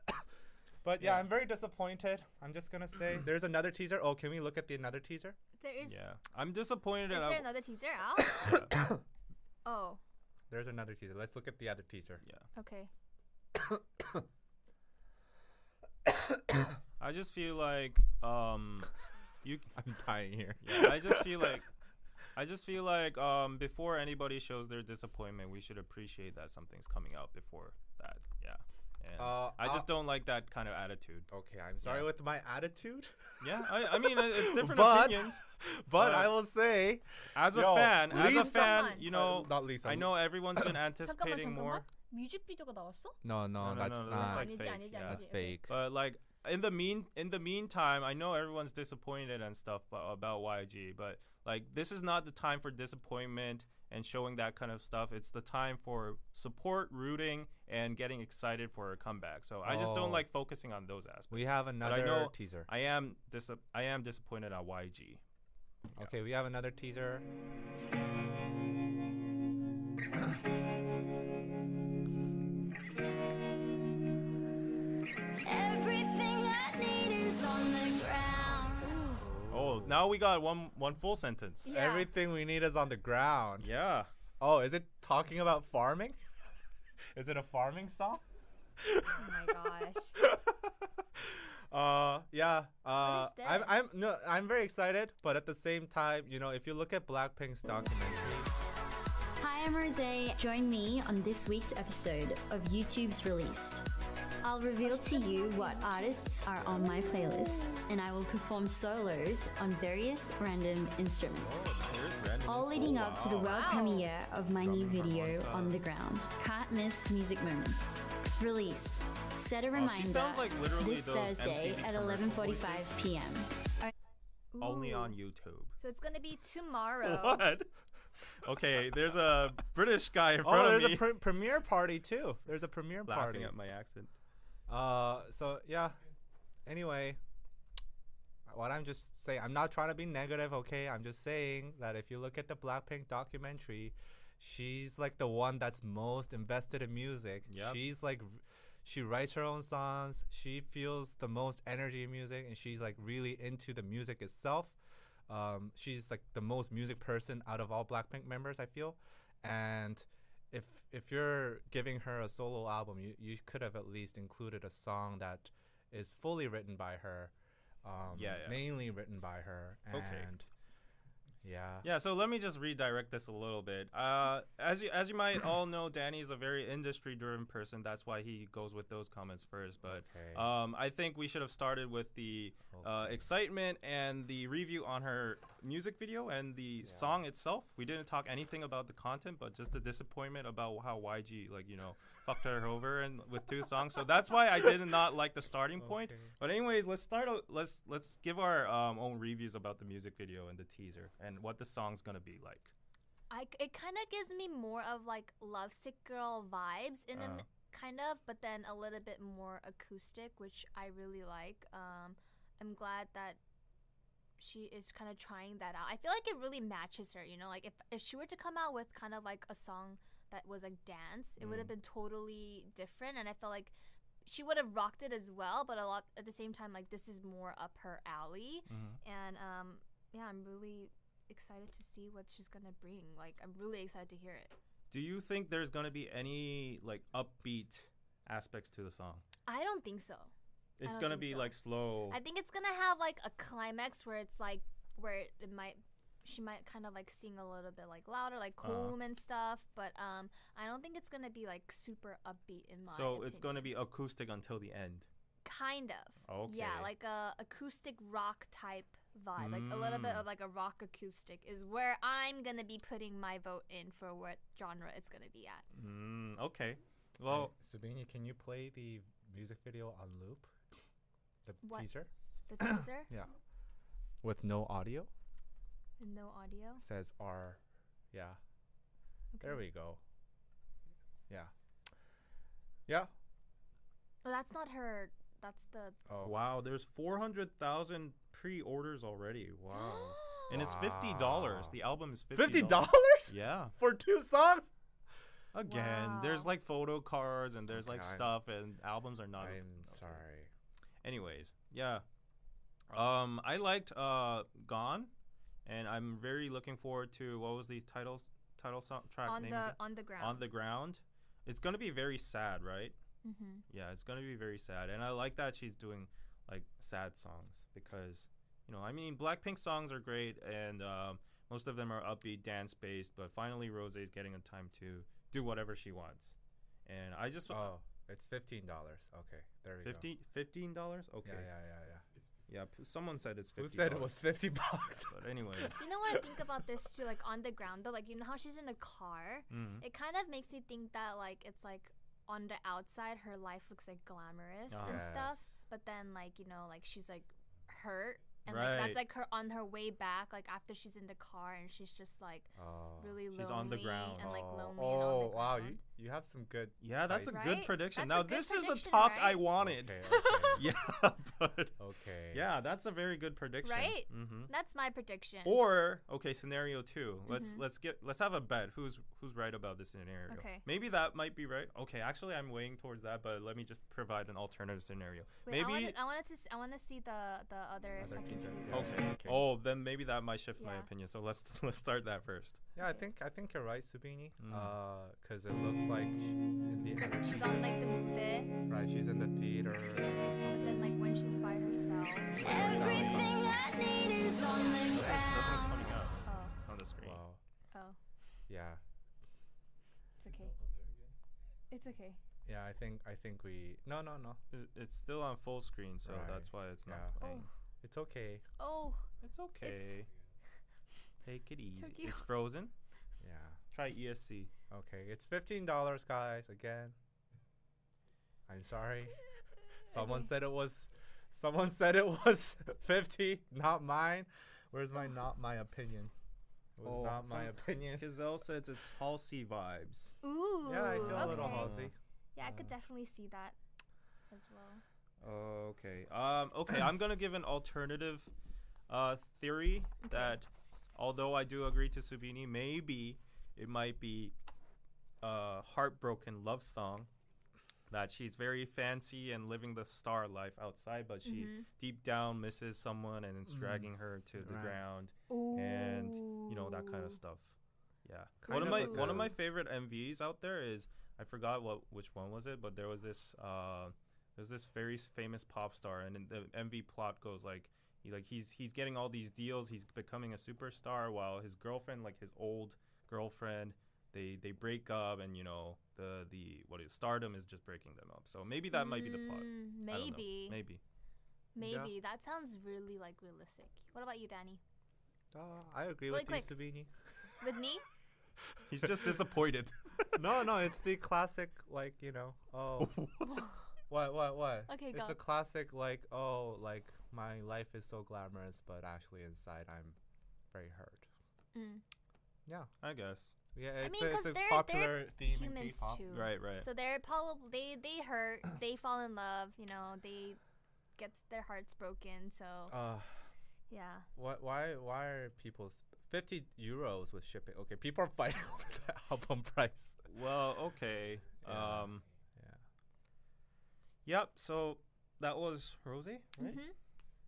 but yeah, I'm very disappointed. I'm just gonna
(coughs)
say there's another teaser. Oh, can we look at the another teaser?
There is.
Yeah. I'm disappointed.
Is
at
there another teaser
(coughs)
out? oh,
There's another teaser. Let's look at the other
(laughs)
teaser.
Yeah.
okay.
I just feel like um,
(laughs)
you.
I'm dying here.
Yeah, I just feel
(laughs)
like I just feel like um before anybody shows their disappointment, we should appreciate that something's coming out before that. Yeah. And
Uh,
I
I'll-
just don't like that kind of attitude.
Okay, I'm sorry with my attitude, (laughs)
Yeah, I, I mean it- it's different
But-
opinions.
but
Uh,
I will say
As a
Yo,
fan, as
Lisa-
a fan,
Someone.
you
Uh,
know,
not Lisa.
I know everyone's
(coughs)
been
잠깐만
anticipating
잠깐만.
more.
뮤직비디오가 나왔어?
No, no,
No, no,
that's
no,
not.
that's like
아니지,
fake.
아니지,
yeah.
아니지.
that's fake.
But like in the mean in the meantime, I know everyone's disappointed and stuff bu- about YG, but like this is not the time for disappointment and showing that kind of stuff. It's the time for support, rooting, and getting excited for a comeback. So I just
Oh.
don't like focusing on those aspects.
we have
But
another
I know
teaser.
I am dis- I am disappointed at YG.
Okay, we have another teaser.
Everything I need is on the ground.
Oh, now we got one one full sentence.
Yeah.
Everything we need is on the ground.
Yeah.
Oh, is it talking about farming? (laughs) is it a farming song?
Oh my gosh.
Uh, yeah. Uh,
What is
I'm,
this?
I'm, no, I'm very excited, but at the same time, you know, if you look at Blackpink's documentary,
Hi, I'm Rosé. Join me on this week's episode of YouTube's Released. I'll reveal to you what artists are on my playlist, and I will perform solos on various random instruments. All leading up to the world
Wow.
premiere of my new
Number
video,
one.
On the Ground. Can't miss music moments. Released. Set a reminder
sounds like literally
this
those
Thursday
MTV
at
commercial
11:45
voices.
p.m.
only
Ooh.
on YouTube.
So it's gonna be tomorrow.
(laughs) What? Okay, there's a British guy in front
oh,
of
there's
me
a pre- premiere party too. There's a premiere
laughing
party.
at my accent.
Uh, so yeah. Anyway, what I'm just saying, I'm not trying to be negative, okay? I'm just saying that if you look at the Blackpink documentary, she's like the one that's most invested in music.
Yep.
She's like, r- she writes her own songs. She feels the most energy in music, and she's like really into the music itself. Um, she's like the most music person out of all Blackpink members, I feel. And if if you're giving her a solo album, you, you could have at least included a song that is fully written by her, um,
Yeah, yeah.
mainly written by her. And
Okay.
Yeah.
Yeah, so let me just redirect this a little bit. Uh, as you as you might all know, Danny is a very industry driven person. That's why he goes with those comments first. But
Okay.
um, I think we should have started with the uh,
Okay.
excitement and the review on her music video and the
Yeah.
song itself. We didn't talk anything about the content, but just the disappointment about how YG like you know fucked her over and with two songs. So that's why I did not like the
(laughs)
starting point.
Okay.
But anyways, let's start. o- Let's let's give our um, own reviews about the music video and the teaser and what the song's gonna be like.
I, it kind of gives me more of like lovesick girl vibes in a
Uh.
m kind of, but then a little bit more acoustic, which I really like. Um, I'm glad that she is kind of trying that out. I feel like it really matches her. You know, like if if she were to come out with kind of like a song that was like dance, it would have been totally different, and I felt like. She would have rocked it as well, but a lot at the same time, like this is more up her alley, and um, yeah, I'm really excited to see what she's gonna bring. Like, I'm really excited to hear it.
Do you think there's gonna be any like upbeat aspects to the song?
I don't think so. I
It's
don't
gonna
think
be
so.
like slow.
I think it's gonna have like a climax where it's like where it, it might she might kind of like sing a little bit like louder, like
Uh.
calm and stuff. But um, I don't think it's gonna be like super upbeat in my.
so it's gonna be acoustic until the end.
kind of
Okay.
yeah, like a acoustic rock type vibe, like a little bit
Mm.
of like a rock acoustic is where I'm gonna be putting my vote in for what genre it's gonna be at.
Mm, okay.
Well,
Well,
Subini, can you play the music video on loop? The
What?
teaser?
(coughs)
The teaser,
Yeah. With no audio?
no audio.
Says R. Yeah. There we go. Yeah. Yeah.
Oh, that's not her. That's
(gasps)
the.
Oh.
wow, there's 400,000 pre-orders already. Wow.
(gasps)
and it's $50. The album is $50.
Fifty dollars
Yeah.
for two songs?
Again, there's
Wow.
like photo cards and there's like
Okay, I'm-
stuff and albums are not
I'm
okay.
sorry.
anyways yeah um i liked uh gone and i'm very looking forward to what was the title title song track
on
name
the
again?
on the ground.
on the ground it's gonna be very sad right
hmm
yeah it's gonna be very sad and i like that she's doing like sad songs because you know i mean blackpink songs are great and um, most of them are upbeat dance based but finally rose is getting a time to do whatever she wants and i just
Oh, it's fifteen dollars. Okay, there we go.
50 $15 okay
Yeah, yeah, yeah, yeah.
Yeah, p- someone said it's 50
Who said it was fifty (laughs)
(laughs)
bucks?
But anyway.
You know what I think about this too, like on the ground though. Like you know how she's in a car.
mm.
It kind of makes me think that like it's like on the outside her life looks like glamorous and stuff,
Yes.
but then like you know like she's like hurt and like
Right.
that's like her on her way back. Like after she's in the car and she's just like
Oh.
really
She's
lonely
on the ground.
and like lonely
oh,
and on the
wow,
ground.
you, you have some good.
Yeah, that's a
Nice.
good
Right?
prediction.
That's
now,
a good
this is the
prediction,
talk I
right?
wanted.
Okay, okay.
(laughs) Yeah, (laughs) but.
okay.
Yeah, that's a very good prediction.
Right?
Mm-hmm.
That's my prediction.
Oh, Or okay, scenario two. Let's
Mhm.
let's get let's have a bet. Who's who's right about this scenario?
Okay.
Maybe that might be right. Okay, actually, I'm weighing towards that, but let me just provide an alternative scenario.
Wait, I
maybe
wanted, I wanted to s- I want to see the the other
Other
second
teaser,
teaser.
yeah.
okay.
Okay.
Oh, then maybe that might shift my
Yeah.
opinion. So (laughs) let's let's start that first.
Yeah, I
Okay.
think I think you're right, Subini.
Mm.
Uh 'cause cause it looks like sh- in the
It's
end,
like
she's
she's on like the mude,
right. She's in the theater. Or
but
something.
then like when she's by herself.
Everything I need is on the
Nothing's
ground.
coming up
Oh,
on the screen.
Wow.
oh,
Yeah.
it's okay. It's okay.
Yeah. I think I think we. No. No. No.
It- It's still on full screen, so
Right,
that's why it's not
yeah.
playing.
It's okay.
Oh,
It's okay. Take it easy.
Tokyo.
It's frozen.
Yeah.
Try E ESC.
Okay. It's fifteen dollars, guys. Again. I'm
(laughs)
sorry. Someone
Okay.
said it was. Someone said it was (laughs) fifty. Not mine. Where's my not my opinion? It
Oh,
was not my
some-
opinion.
Kazelle says it's Halsey vibes.
ooh.
Yeah, I feel a little
okay.
halsey. Uh.
Yeah, I could definitely see that as well.
Okay. Um. Okay. I'm gonna give an alternative, uh, theory that, although I do agree to Subini, maybe it might be a heartbroken love song. That she's very fancy and living the star life outside, but she deep down misses someone and it's dragging her to the
Right.
ground and you know that kind of stuff. Yeah.
Kind
one of
of
my
like
one
a-
of my favorite MVs out there is I forgot what which one was it, but there was this uh there's this very s- famous pop star and then the MV plot goes like he like he's he's getting all these deals, he's becoming a superstar while his girlfriend like his old girlfriend they they break up and you know the the what is stardom is just breaking them up. So maybe that might be the plot. I
Mm,
don't know.
Maybe.
Maybe.
Yeah.
Maybe that sounds really like realistic. What about you, Danny?
Uh, I agree
Really
with you,
quick.
Subini.
With me?
He's just disappointed.
(laughs)
(laughs)
no, no, it's the classic, like you know, oh, (laughs) what, what, what?
(laughs) Okay,
it's
go.
the classic, like oh, like my life is so glamorous, but actually inside I'm very hurt.
Mm.
Yeah,
I guess.
yeah,
I
it's
mean,
a,
'cause
it's a
they're-
popular theme in
Humans
K-pop.
too.
Right, right.
So they're probably they they hurt, they fall in love, you know, they get their hearts broken. So
Uh,
yeah,
what? Why? Why are people sp- fifty euros with shipping? Okay, people are (laughs) fighting over the album price.
Well, okay.
Yeah.
Um
Yeah.
Yep, so that was Rose, right?
hmm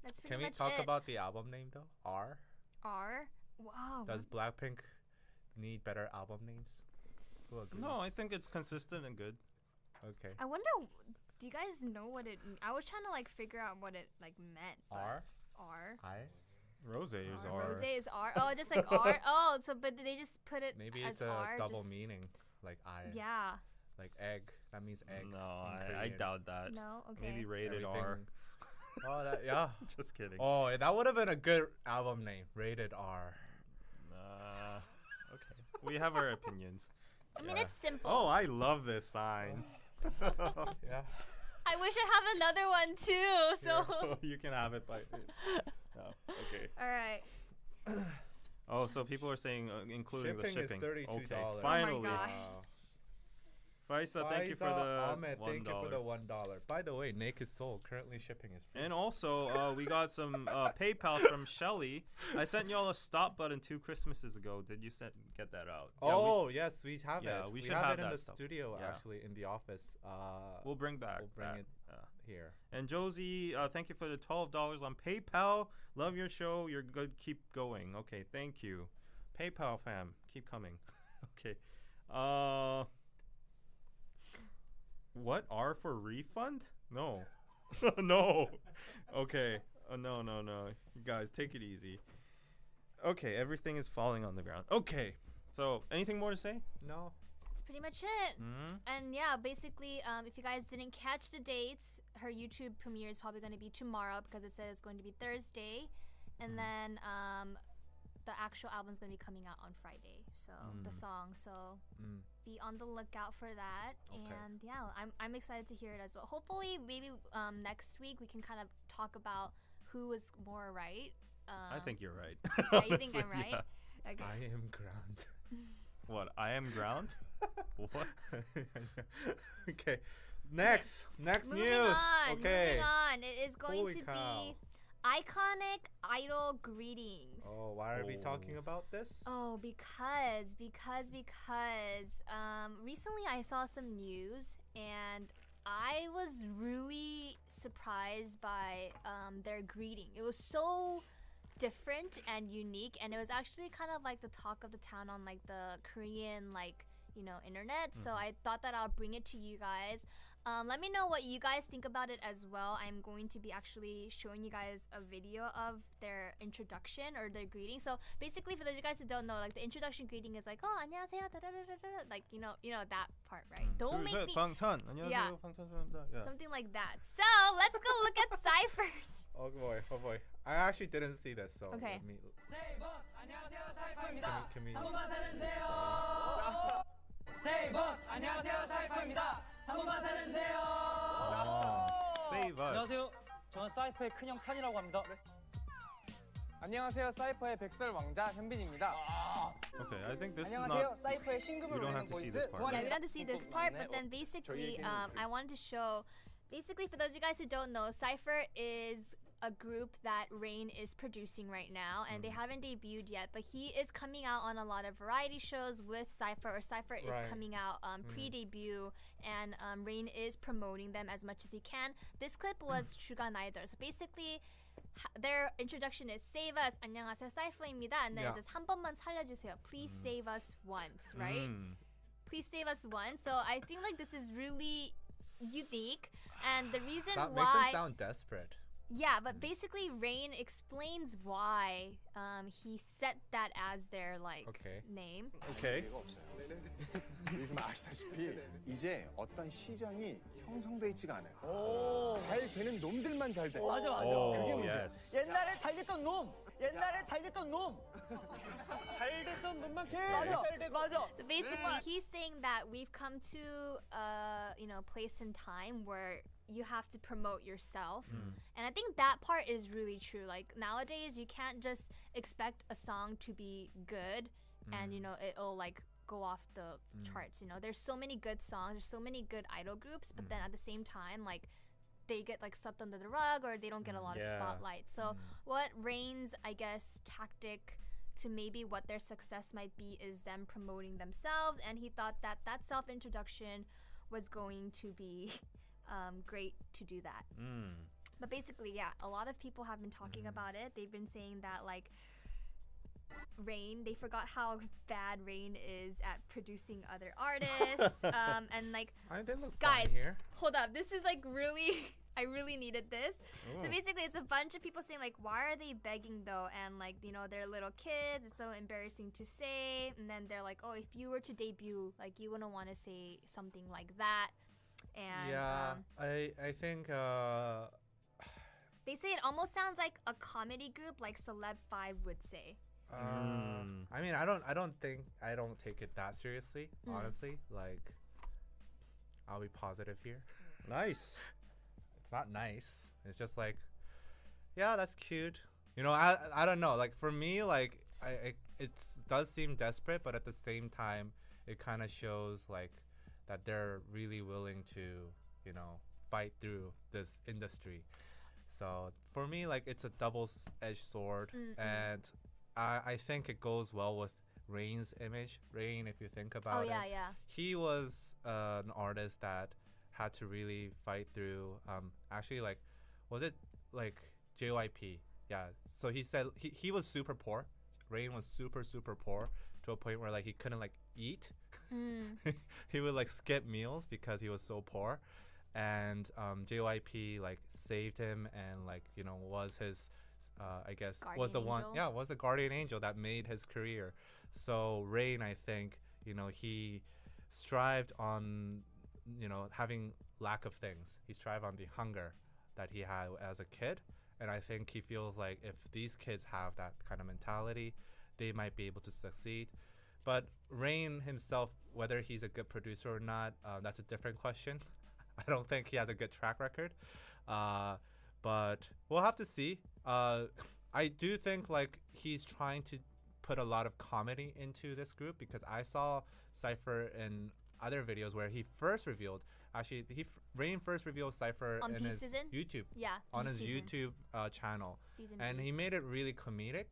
that's pretty
Can we
much
talk
it.
about the album name though? R.
R? Wow.
Does Blackpink need better album names? Who
No, I
agrees?
think it's consistent and good.
Okay.
I wonder. Do you guys know what it? I was trying to like figure out what it like meant. but
R.
R.
I.
Rose is
R. Rose is R. Oh, just like
(laughs)
R. Oh, so but they just put it
Maybe
as
it's a
R,
double
just-
meaning, like I,
Yeah.
like egg. That means egg.
No,
in
I, I
Korean.
doubt that.
No. Okay.
Maybe rated (laughs)
(laughs)
R.
Everything- Oh, that, yeah.
Just kidding.
Oh, that would have been a good album name. Rated R. (laughs)
Nah. okay. We have our opinions.
I mean,
Yeah.
it's simple.
Oh, I love this sign. (laughs)
Yeah.
I wish I have another one too. (laughs) So.
(laughs)
(laughs)
you can have it by.
(laughs)
No, okay.
All right.
Oh, so people are saying uh, including
Shipping
the
is
shipping. Okay.
$32.
Oh
Finally.
my gosh.
Wow.
Faisa, thank you for the
Faiza Ahmed,
one
thank you for
dollar.
the one dollar. By the way, Naked Soul currently shipping is free.
And also, uh, we got some uh, PayPal from Shelly. I sent y'all a stop button two Christmases ago. Did you send, get that out? Yeah, we-
oh yes, we have
yeah,
it.
we should
have,
have
it in
that
the
stuff.
studio
Yeah.
actually in the office. Uh,
we'll bring back.
we'll bring
that.
it-
Yeah.
here.
And Josie, uh, thank you for the twelve dollars on PayPal. Love your show. You're good. Keep going. Okay, thank you, PayPal fam. Keep coming. (laughs) okay. Uh, what R for refund? No, (laughs) no. Okay. Uh, no, no, no. You guys, take it easy. Okay, everything is falling on the ground. Okay. So, anything more to say?
No.
That's pretty much it.
hmm
And yeah, basically, um, if you guys didn't catch the dates, her YouTube premiere is probably going to be tomorrow because it says it's going to be Thursday, and
Mm-hmm.
then um, the actual album is going to be coming out on Friday. So the song. So
Mm.
be on the lookout for that.
Okay.
And yeah, I'm I'm excited to hear it as well. Hopefully, maybe um, next week we can kind of talk about who was more right. Um,
I
(laughs)
think you're right.
Yeah,
(laughs)
you think
Honestly,
I'm right?
yeah.
Okay.
I am ground.
What? I am
(laughs)
ground. what?
(laughs) okay. Next, next
Moving
news.
on.
okay.
Moving on. It is going
Holy
to
cow.
be iconic idol greetings. Oh.
Oh, why are we talking
Oh.
about this?
because because because um recently I saw some news and I was really surprised by um their greeting. It was so different and unique and it was actually kind of like the talk of the town on like the Korean like you know internet. So I thought that I'll bring it to you guys. Um, let me know what you guys think about it as well. I'm going to be actually showing you guys a video of their introduction or their greeting. So basically, for those of you guys who don't know, like the introduction greeting is like, oh 안녕하세요, da da da da da, like you know, you know that part, right?
Mm.
Don't make me
방탄 안녕하세요
Yeah.
방탄소년단. Yeah.
something like that. So let's go look at ciphers.
Oh boy, oh boy. I actually didn't see this, so
Okay.
let me
세이버스 안녕하세요
can
사이퍼입니다.
we-
한 번만 살려주세요. 세이버스 안녕하세요 사이퍼입니다. 한 번만 살려주세요.
Save us.
안녕하세요. 저는 사이퍼의 큰형 칸이라고 합니다.
네. 안녕하세요. 사이퍼의 백설 왕자 현빈입니다.
Okay, I think this
안녕하세요.
is
사이퍼의
We
신금을
don't
울리는
have to see
보이스
this part.
Yeah, we
도안입니다.
don't have to see this part, but then basically, um, I wanted to show. Basically, for those of you guys who don't know, Cypher is a group that Rain is producing right now, and
Mm.
they haven't debuted yet, but he is coming out on a lot of variety shows with Cypher, or Cypher
Right. Mm.
is coming out um, pre debut, and um, Rain is promoting them as much as he can. This clip
Mm.
was Suga Neither. So basically, ha- their introduction is save us 안녕하세요 사이퍼입니다 and then
Yeah. Mm.
it says 한 번만 살려주세요 please save us once
not.
right
Mm.
please save us one. So I think like this is really unique, and the reason
Sound, makes them
why,
sound desperate.
yeah, but basically Rain explains why um, he set that as their like
Okay.
name.
Okay.
요즘 아시다시피 이제 어떤 시장이 형성돼 있지가 않아요. 잘 되는 놈들만 잘 돼.
맞아 맞아.
그게
Oh
문제야.
yes.
옛날에 잘 됐던 놈. 옛날에 잘 됐던 놈. 잘 됐던 놈만 계속 잘 되고. 맞아.
So basically, he's saying that we've come to uh, you know place and time where you have to promote yourself,
Hmm.
and I think that part is really true. Like nowadays, you can't just expect a song to be good, and you know it'll like go off the charts. You know, there's so many good songs, there's so many good idol groups, but then at the same time, like they get like swept under the rug or they don't get a lot
Yeah.
of spotlight. So what Rain's I guess tactic to maybe what their success might be is them promoting themselves and he thought that that self introduction was going to be (laughs) um, great to do that.
Mm.
But basically, yeah, a lot of people have been talking about it. They've been saying that like Rain, they forgot how bad Rain is at producing other artists. um, and like
I mean, they look
guys
fine here.
hold up this is like really (laughs) i really needed this so basically it's a bunch of people saying like why are they begging though and like you know they're little kids it's so embarrassing to say and then they're like oh if you were to debut like you wouldn't want to say something like that and
yeah,
um,
I I think uh
they say it almost sounds like a comedy group like celeb 5 would say
Uh,
Mm.
I mean, I don't, I don't think, I don't take it that seriously,
Hmm.
honestly. Like, I'll be positive here.
Nice.
It's not nice. It's just like, yeah, that's cute. You know, I, I don't know. Like for me, like I, I it does seem desperate, but at the same time, it kind of shows like that they're really willing to, you know, fight through this industry. So for me, like it's a double-edged sword,
Mm-hmm.
and I, I think it goes well with Rain's image. Rain, if you think about
oh
it,
yeah yeah
he was uh, an artist that had to really fight through. Um, actually, like, was it like JYP? Yeah. So he said he, he was super poor. Rain was super super poor to a point where like he couldn't like eat.
Mm.
(laughs) he would like skip meals because he was so poor, and um, JYP like saved him and like you know was his. Uh, I guess was
Guardian
the one,
angel?
yeah, was the guardian angel that made his career. So Rain, I think, you know, he strived on you know having lack of things he strived on the hunger that he had as a kid and i think he feels like if these kids have that kind of mentality they might be able to succeed but rain himself whether he's a good producer or not uh, that's a different question (laughs) i don't think he has a good track record uh, but we'll have to see uh, (laughs) i do think like he's trying to put a lot of comedy into this group because I saw Cipher in other videos where he first revealed actually he f- Rain first revealed Cipher
On
in
Peace
his
Season?
YouTube
yeah
on
this
his
season.
YouTube uh, channel
Season
and
B.
he made it really comedic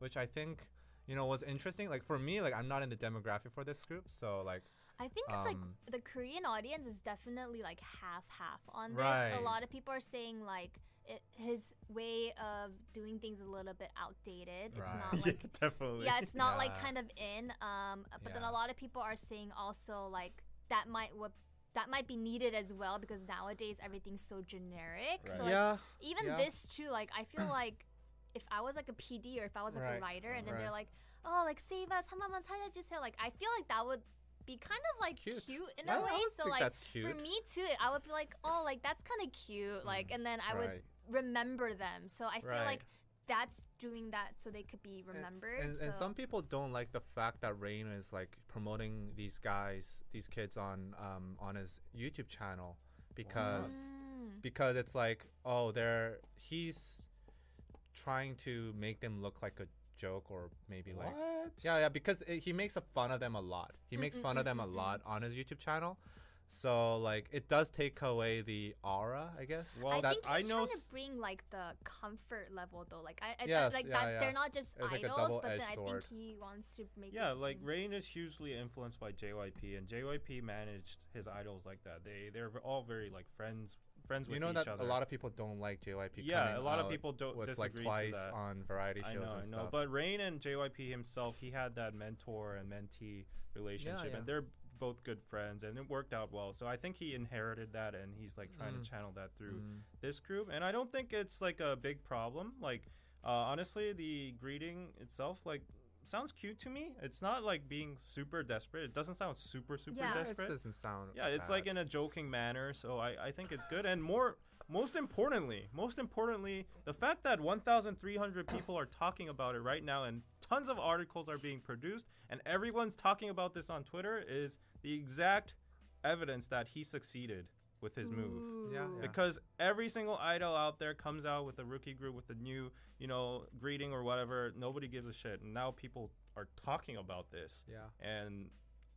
which I think you know was interesting like for me like I'm not in the demographic for this group so like
I think it's like
Um,
the Korean audience is definitely like half half on this.
Right.
A lot of people are saying like it, his way of doing things a little bit outdated. It's
Right. (laughs)
not
Yeah,
like
definitely.
Yeah, it's not like
Yeah.
kind of in. Um, but then
Yeah.
a lot of people are saying also like that might what that might be needed as well because nowadays everything's so generic.
Right.
So like,
Yeah,
even
yeah.
this too. Like I feel like if I was like a PD or if I was like a
Right,
writer and then they're
right.
like, oh, like save us, how much how did you say? Like I feel like that would. Be kind of like
Cute.
cute, in
I- I
a way.
would
So
think
like
that's
for
cute.
me too, I would be like, oh, like that's kind of cute. Like, and then I
right.
would remember them. So I feel
Right.
like that's doing that so they could be remembered.
And, and
so-
some people don't like the fact that Rain is like promoting these guys, these kids on um, on his YouTube channel because
Mm.
because it's like oh they're he's trying to make them look like a joke or maybe like yeah yeah because it, he makes a fun of them a lot. He makes
Mm,
fun
mm,
of them a lot on his YouTube channel. So like it does take away the aura, I guess.
Well,
I
that-
think he's trying to bring like the comfort level though. Like I, I
Yes,
like
yeah,
that
yeah.
they're not just
It's like a
idols, but then
double-edged
I
sword.
think he wants to make.
Yeah,
it
like
seem-
Rain is hugely influenced by JYP, and JYP managed his idols like that. They they're all very like friends friends with
you know
each
that
other.
a lot of people don't like JYP.
yeah,
coming
a lot of
out
people don't
with
disagree
like twice
to that.
on variety shows
I know,
and
I know.
stuff.
But Rain and JYP himself, he had that mentor and mentee relationship,
yeah.
and they're both good friends, and it worked out well. So I think he inherited that, and he's like trying
Mm.
to channel that through
Mm.
this group. And I don't think it's like a big problem. Like uh, honestly, the greeting itself, like. Sounds cute to me. It's not like being super desperate. It doesn't sound super super
Yeah. It
desperate.
doesn't sound
Yeah, it's like in a joking manner. So I, I think it's good. And more, most importantly, most importantly, the fact that 1,300 people are talking about it right now, and tons of articles are being produced, and everyone's talking about this on Twitter is the exact evidence that he succeeded with his move.
Yeah, yeah.
Because every single idol out there comes out with a rookie group with a new, you know, greeting or whatever. Nobody gives a shit. And now people are talking about this.
Yeah.
And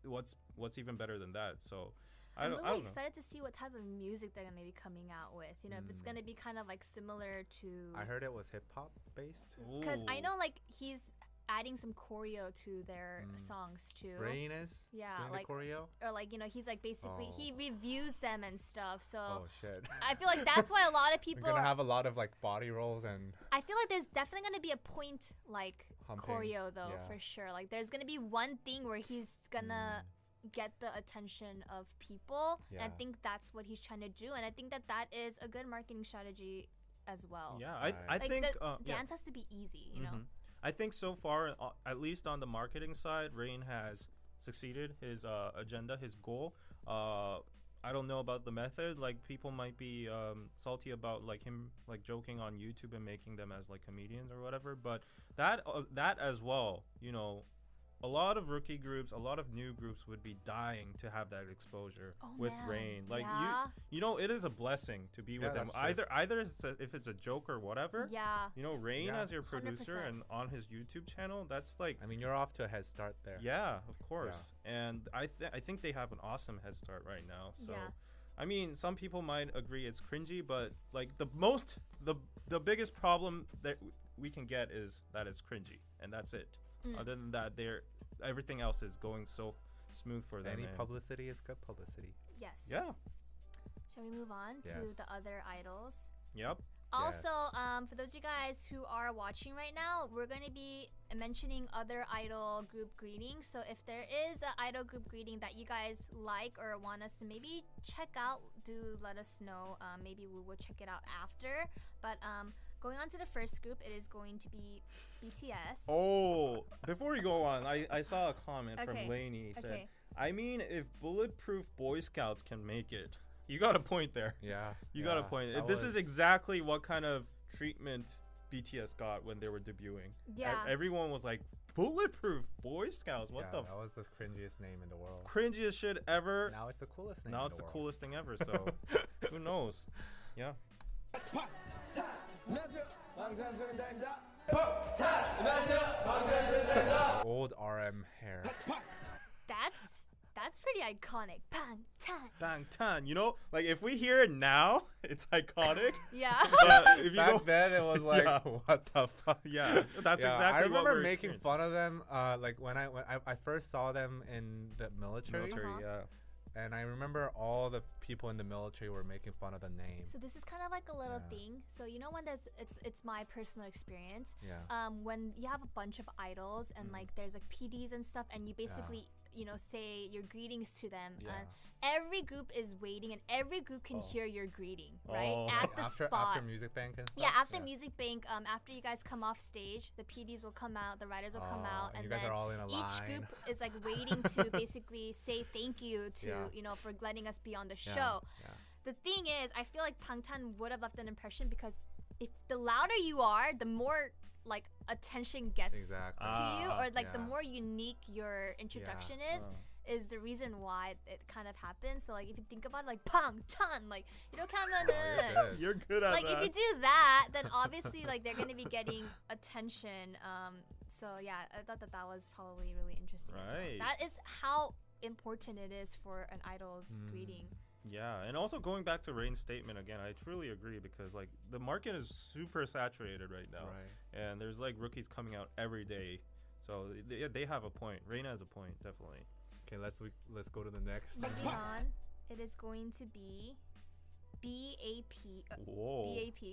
what's what's even better than that? So I
I'm
don't,
really
I don't know.
excited to see what type of music they're gonna be coming out with. You know, if it's
Mm.
gonna be kind of like similar to.
I heard it was hip hop based.
Because I know like he's adding some choreo to their
Mm.
songs too.
Rain is
Yeah,
doing the
like
choreo?
or like you know he's like basically he reviews them and stuff. So
Oh shit.
(laughs) I feel like that's why
(laughs)
a lot of
We're
people.
gonna
are-
have a lot of like body rolls and
I feel like there's definitely gonna be a point like
Humping,
choreo though
yeah.
for sure. Like there's gonna be one thing where he's gonna get the attention of people, and
Mm. Yeah.
I think that's what he's trying to do. And I think that that is a good marketing strategy as well.
Yeah, I- I
Like,
think,
the
uh, yeah.
dance has to be easy. You know.
Mhm. I think so far, uh, at least on the marketing side, Rain has succeeded his uh, agenda, his goal. Uh, I don't know about the method. Like people might be um, salty about like him like joking on YouTube and making them as like comedians or whatever. But that uh, that as well, you know. A lot of rookie groups, a lot of new groups would be dying to have that exposure
Oh,
with
man.
Rain. Like
Yeah.
you, you know, it is a blessing to be
Yeah,
with them.
that's true.
Either, either it's a, if it's a joke or whatever.
Yeah.
You know, Rain
Yeah.
as your producer
100%.
and on his YouTube channel, that's like
I mean you're off to a head start there.
yeah, of course. And I th- I think they have an awesome head start right now. So
Yeah.
I mean, some people might agree it's cringy, but like the most the the biggest problem that w- we can get is that it's cringy, and that's it.
Mm.
Other than that, they're everything else is going so f- smooth for them.
Any
and-
publicity is good publicity.
Yes.
Yeah.
Shall we move on
Yes.
to the other idols?
Yep.
Also, um, for those of you guys who are watching right now, we're going to be mentioning other idol group greetings. So if there is an idol group greeting that you guys like or want us to maybe check out, do let us know. Um, maybe we will check it out after. But um, going on to the first group, it is going to be BTS.
Oh, before you go on, I, I saw a comment
Okay,
from Laney said,
okay.
"I mean, if bulletproof Boy Scouts can make it, you got a point there.
Yeah,
(laughs) you got a
yeah,
point.
that
this is
was-
exactly what kind of treatment BTS got when they were debuting. E-
Yeah.
everyone was like bulletproof Boy Scouts. What
yeah,
the
that was the cringiest name in the world.
cringiest shit ever?
Now it's the coolest name.
Now
in
it's
the
the
world.
coolest thing ever.
(laughs)
So who knows? Yeah.
안녕하세요. 방탄소년단입니다.
Old RM
(laughs)
hair.
That's that's pretty iconic. Bang, tan.
Bang tan. You know, like if we hear it now, (laughs) it's iconic.
Yeah. (laughs)
(laughs)
But if you
Back
go-
then, it (laughs) was like,
Yeah.
what the fuck?
Yeah, that's exactly what
I remember
we're
making fun of them. Uh, like when I when I, I first saw them in the military.
Military, Uh-huh.
and I remember all the people in the military were making fun of the name.
So this is kind of like a little
Yeah.
thing. So you know when there's it's it's my personal experience.
Yeah.
Um, when you have a bunch of idols
Mm.
and like there's like PDs and stuff, and you
Yeah.
basically you know say your greetings to them, and
Yeah.
every group is waiting, and every group can
Oh.
hear your greeting right
Oh,
at
like
the
after,
spot.
After music bank and stuff.
yeah, after music bank, um, after you guys come off stage, the PDs will come out, the writers will come
Oh,
out,
and
and
you guys
then
are all in a
each
line.
group is like waiting to basically say thank you to
Yeah.
you know for letting us be on the
Yeah,
show.
yeah.
The thing is, I feel like Pangtan would have left an impression because if the louder you are, the more like attention gets
(laughs) Exactly.
to you,
Ah,
or like the
yeah.
more unique your introduction is.
uh.
Is the reason why it kind of happens. So like, if you think about it, like Pangtan, like
(laughs)
이렇게
Oh,
하면은
You're good at
like
that.
if you do that
(laughs)
then obviously like they're gonna be getting attention um so yeah i thought that that was probably really interesting as well.
Right.
that is how important it is for an idol's
Hmm.
greeting
Yeah, and also going back to Rain's statement again, I truly agree because like the market is super saturated right now,
Right.
and there's like rookies coming out every day, so they, they have a point. Rain has a point, definitely.
Okay, let's we, let's go to the next.
moving on it is going to be b-a-p uh,
Whoa.
b-a-p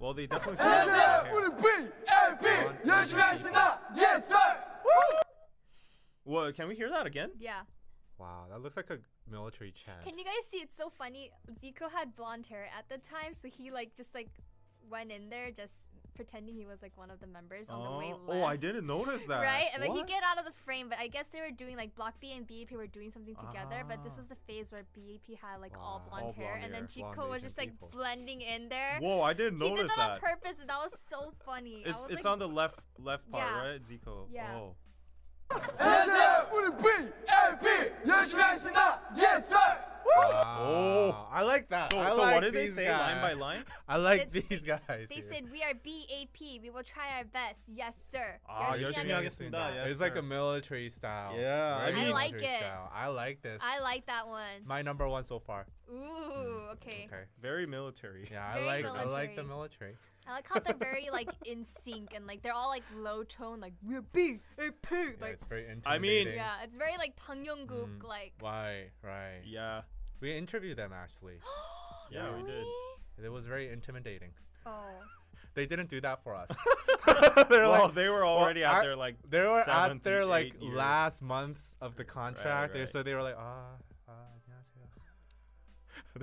Well, they definitely.
(laughs)
열심히 하겠습니다. Yes, sir.
Well, can we hear that again?
(laughs) yeah
Wow, that looks like a military chant.
can you guys see it's so funny zico had blonde hair at the time so he like just like went in there just pretending he was like one of the members on the way
Oh,
left.
oh, I didn't notice that.
Right? And like he
What?
get out of the frame, but I guess they were doing like Block B and BAP were doing something together, but this
Ah.
was the phase where BAP had like all
Wow.
blonde
All
hair
blonde
and then
hair.
Chico
Blonde
was
Asian
just like
people.
blending in there.
Whoa, I didn't
he
notice
did that, on
that.
purpose and that was so funny. I
It's
was
it's
like,
on the left left part,
Yeah.
right, Zico?
Yeah.
Oh.
우리 B A B 열심히 하겠습니다. Yes, sir.
Oh, I like that.
So,
I
so
like
what did they
these
say line
guys.
by
(laughs)
line?
I like these guys.
they
here.
said we are BAP. We will try our best. Yes, sir.
Ah, 열심히
열심히
하겠습니다. Yes,
it's like
sir.
a military style.
Yeah, I
very
mean- I
like
military
it.
Style. I like this.
I like that one.
My number one so far.
Ooh,
Hmm,
okay.
Okay.
Very military.
Yeah, I
Very
like I like the
military.
military.
I like how they're very
(laughs)
like in sync and like they're all like low tone, like we're BAP. Like,
Yeah, it's very
I mean-
intimidating.
yeah, it's very like Pang Yong
Hmm.
like. (gasps)
Why? Right.
Yeah.
We interviewed them actually.
Yeah, we did.
It was very intimidating.
Oh.
They didn't do that
(laughs)
for us.
Well, they were already out there, like,
they were
seventh
out
and
there like
eighth year.
last months of the contract. They-
right.
So they were like, ah, ah, (laughs) 안녕하세요."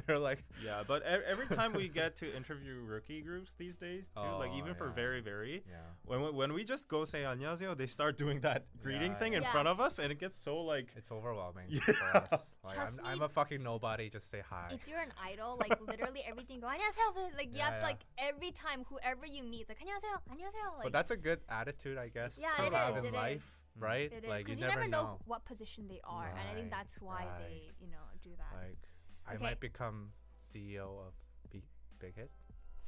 they're like,
Yeah, but e- every time we get to interview rookie groups these days, too, like
Oh,
even for
yeah.
very very,
Yeah.
when we, when we just go say 안녕하세요, they start doing that greeting
Yeah,
thing in
yeah.
front of us, and it gets so like
it's overwhelming
Yeah.
for
(laughs)
us. Like,
Trust
I'm,
me.
I'm a fucking nobody. Just say hi.
if you're an idol, like literally everything go 안녕하세요. Like you
Yeah,
have to
yeah.
like every time whoever you meet, it's like 안녕하세요, 안녕하세요. Like,
but that's a good attitude, I guess,
yeah,
to
it
have
is,
in
it
life,
is.
right?
It is,
like
'cause you, never know. what position they are, and I
Right,
think that's why
right.
they, you know, do
(laughs)
that.
Like, I
Okay.
might become CEO of Big Big Hit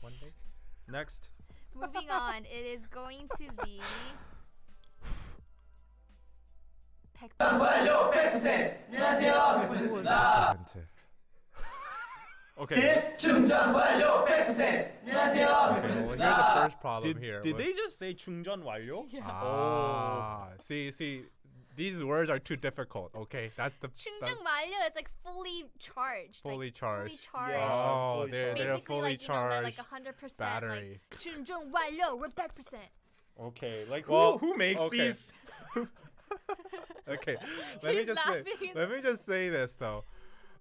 one
(laughs)
day.
Next.
Moving on, it is going to
(laughs)
be.
완료 100%. 안녕하세요
Ah.
100%입니다.
okay.
충전 완료 100%. 안녕하세요
well, here's
100%입니다.
the first problem
Ah. Did,
here.
did
with-
they Oh. just say 충전 완료?
Ah, see, see, these words are too difficult. Okay, that's the that's
충전 완료. It's like fully charged.
fully
like,
charged.
Fully charged.
Oh,
fully
they're
Basically,
they're fully
like, you know,
charged.
they're like 100% (laughs)
battery.
Like, 충전 완료. We're back percent.
Uh, Okay, like
Well,
who who makes
okay.
these?
(laughs)
okay, (laughs) let me
He's
just say,
laughing.
let me just say this though.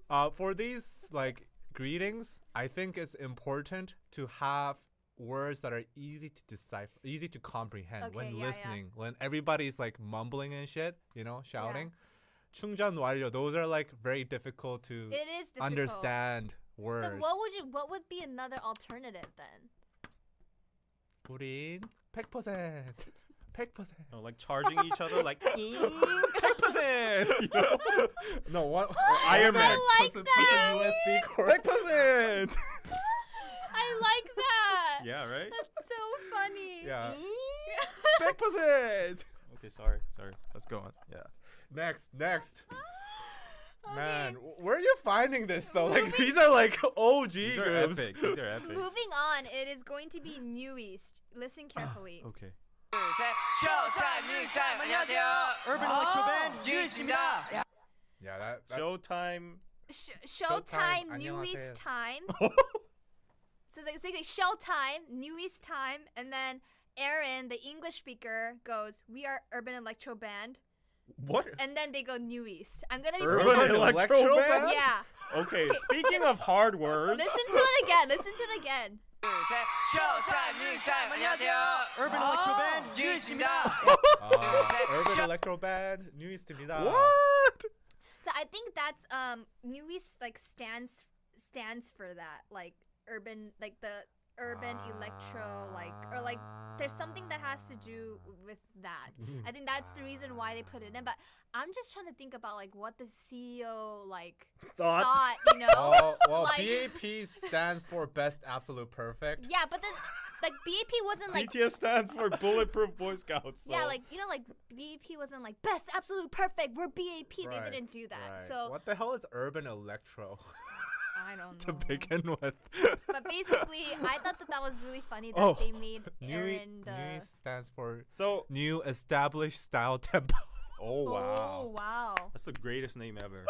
Uh, for these like greetings, I think it's important to have words that are easy to decipher, easy to comprehend
Okay,
when
yeah, yeah.
listening. When everybody's like mumbling and shit, you know, shouting. 충전 완료. Those are like very difficult to
It is difficult.
understand words.
Then what would you? What would be another alternative then?
우린 100%.
(laughs)
100%.
No, like charging each other, (laughs) like 100%. You know?
(laughs) No, one
Iron Man.
I
(laughs)
like
Puts a- puts
that.
a USB (laughs) cord.
100%.
(laughs) I like that.
Yeah, right?
That's so funny. (laughs)
Yeah. (laughs)
Back percent.
Okay, sorry, sorry. Let's go on. Yeah.
Next, next. Man, wh- where are you finding this though? Like these are like OG
These are
groups.
epic. These are epic.
Moving on, it is going to be New East.
(sighs)
Listen carefully.
Okay.
둘셋 쇼타임 뉴스타임 안녕하세요
Urban Electro
아,
Band
뉴스입니다
뉴스입니다.
Yeah, that,
Showtime
sh- Showtime,
Showtime,
New East
안녕하세요. (laughs)
time. so it's like, it's like like Showtime, New East time, and then Aaron, the English speaker, goes, "We are Urban Electro Band."
What?
And then they go New East. I'm gonna be
Urban
playing that-
Electro Electro Band? Band?
Yeah. (laughs)
Okay, speaking of hard words.
Listen to it again. Listen to it again.
Showtime, New East time. 네, 안녕하세요.
Urban Electro Band,
New East입니다.
아, uh, Urban Electro Band 뉴이스트입니다.
So I think that's um New East like stands stands for that like urban like the urban electro like or like there's something that has to do with
(laughs)
that. I think that's the reason why they put it in. But I'm just trying to think about like what the CEO like
Thought.
thought, you know?
(laughs) Oh, well,
like,
BAP stands for Best Absolute Perfect.
yeah, but then like BAP wasn't like
BTS stands for Bulletproof Boy Scouts.
yeah,
Oh.
so-
like you know, like BAP wasn't like best absolute perfect. We're BAP.
Right,
they didn't do that.
right.
So
what the hell is Urban Electro? (laughs)
I don't
to begin with.
But basically, I thought that that was really funny that
Oh,
they made
New,
Aaron the.
new stands for
so
new established style tempo.
Oh wow.
Oh wow.
That's the greatest name ever.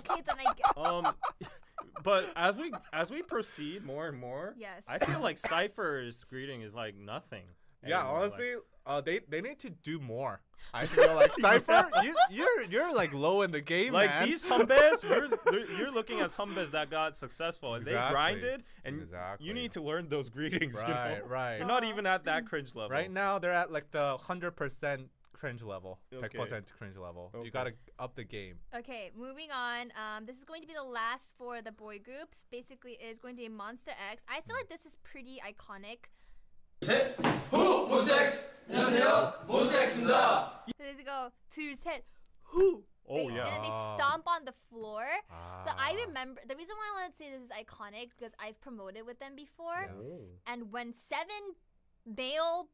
Okay, then I get.
um (laughs) but as we as we proceed more and more,
Yes.
I feel like Cypher's greeting is like nothing.
(laughs) Yeah,
anymore, like-
honestly, uh, they they need to do more. (laughs) I feel like Cipher, you, you're you're like low in the game,
like
man.
these humbes, you're they're- you're looking at humbes that got successful and they
Exactly.
grinded, and you need to learn those
(laughs)
greetings. you know?
Right, right.
(laughs) You're not even at that cringe level.
right now they're at like the hundred percent cringe level, like
Okay.
percent cringe level.
Okay.
You gotta up the game.
Okay, moving on. Um, this is going to be the last for the boy groups. Basically, it is going to be Monster X. I feel like this is pretty iconic.
후 몬스엑스. 안녕하세요. 몬스엑스입니다.
So they go two set, who?
Oh,
And then they
yeah. Ah.
stomp on the floor. So I remember the reason why I want to say this is iconic because I've promoted with them before. And when seven male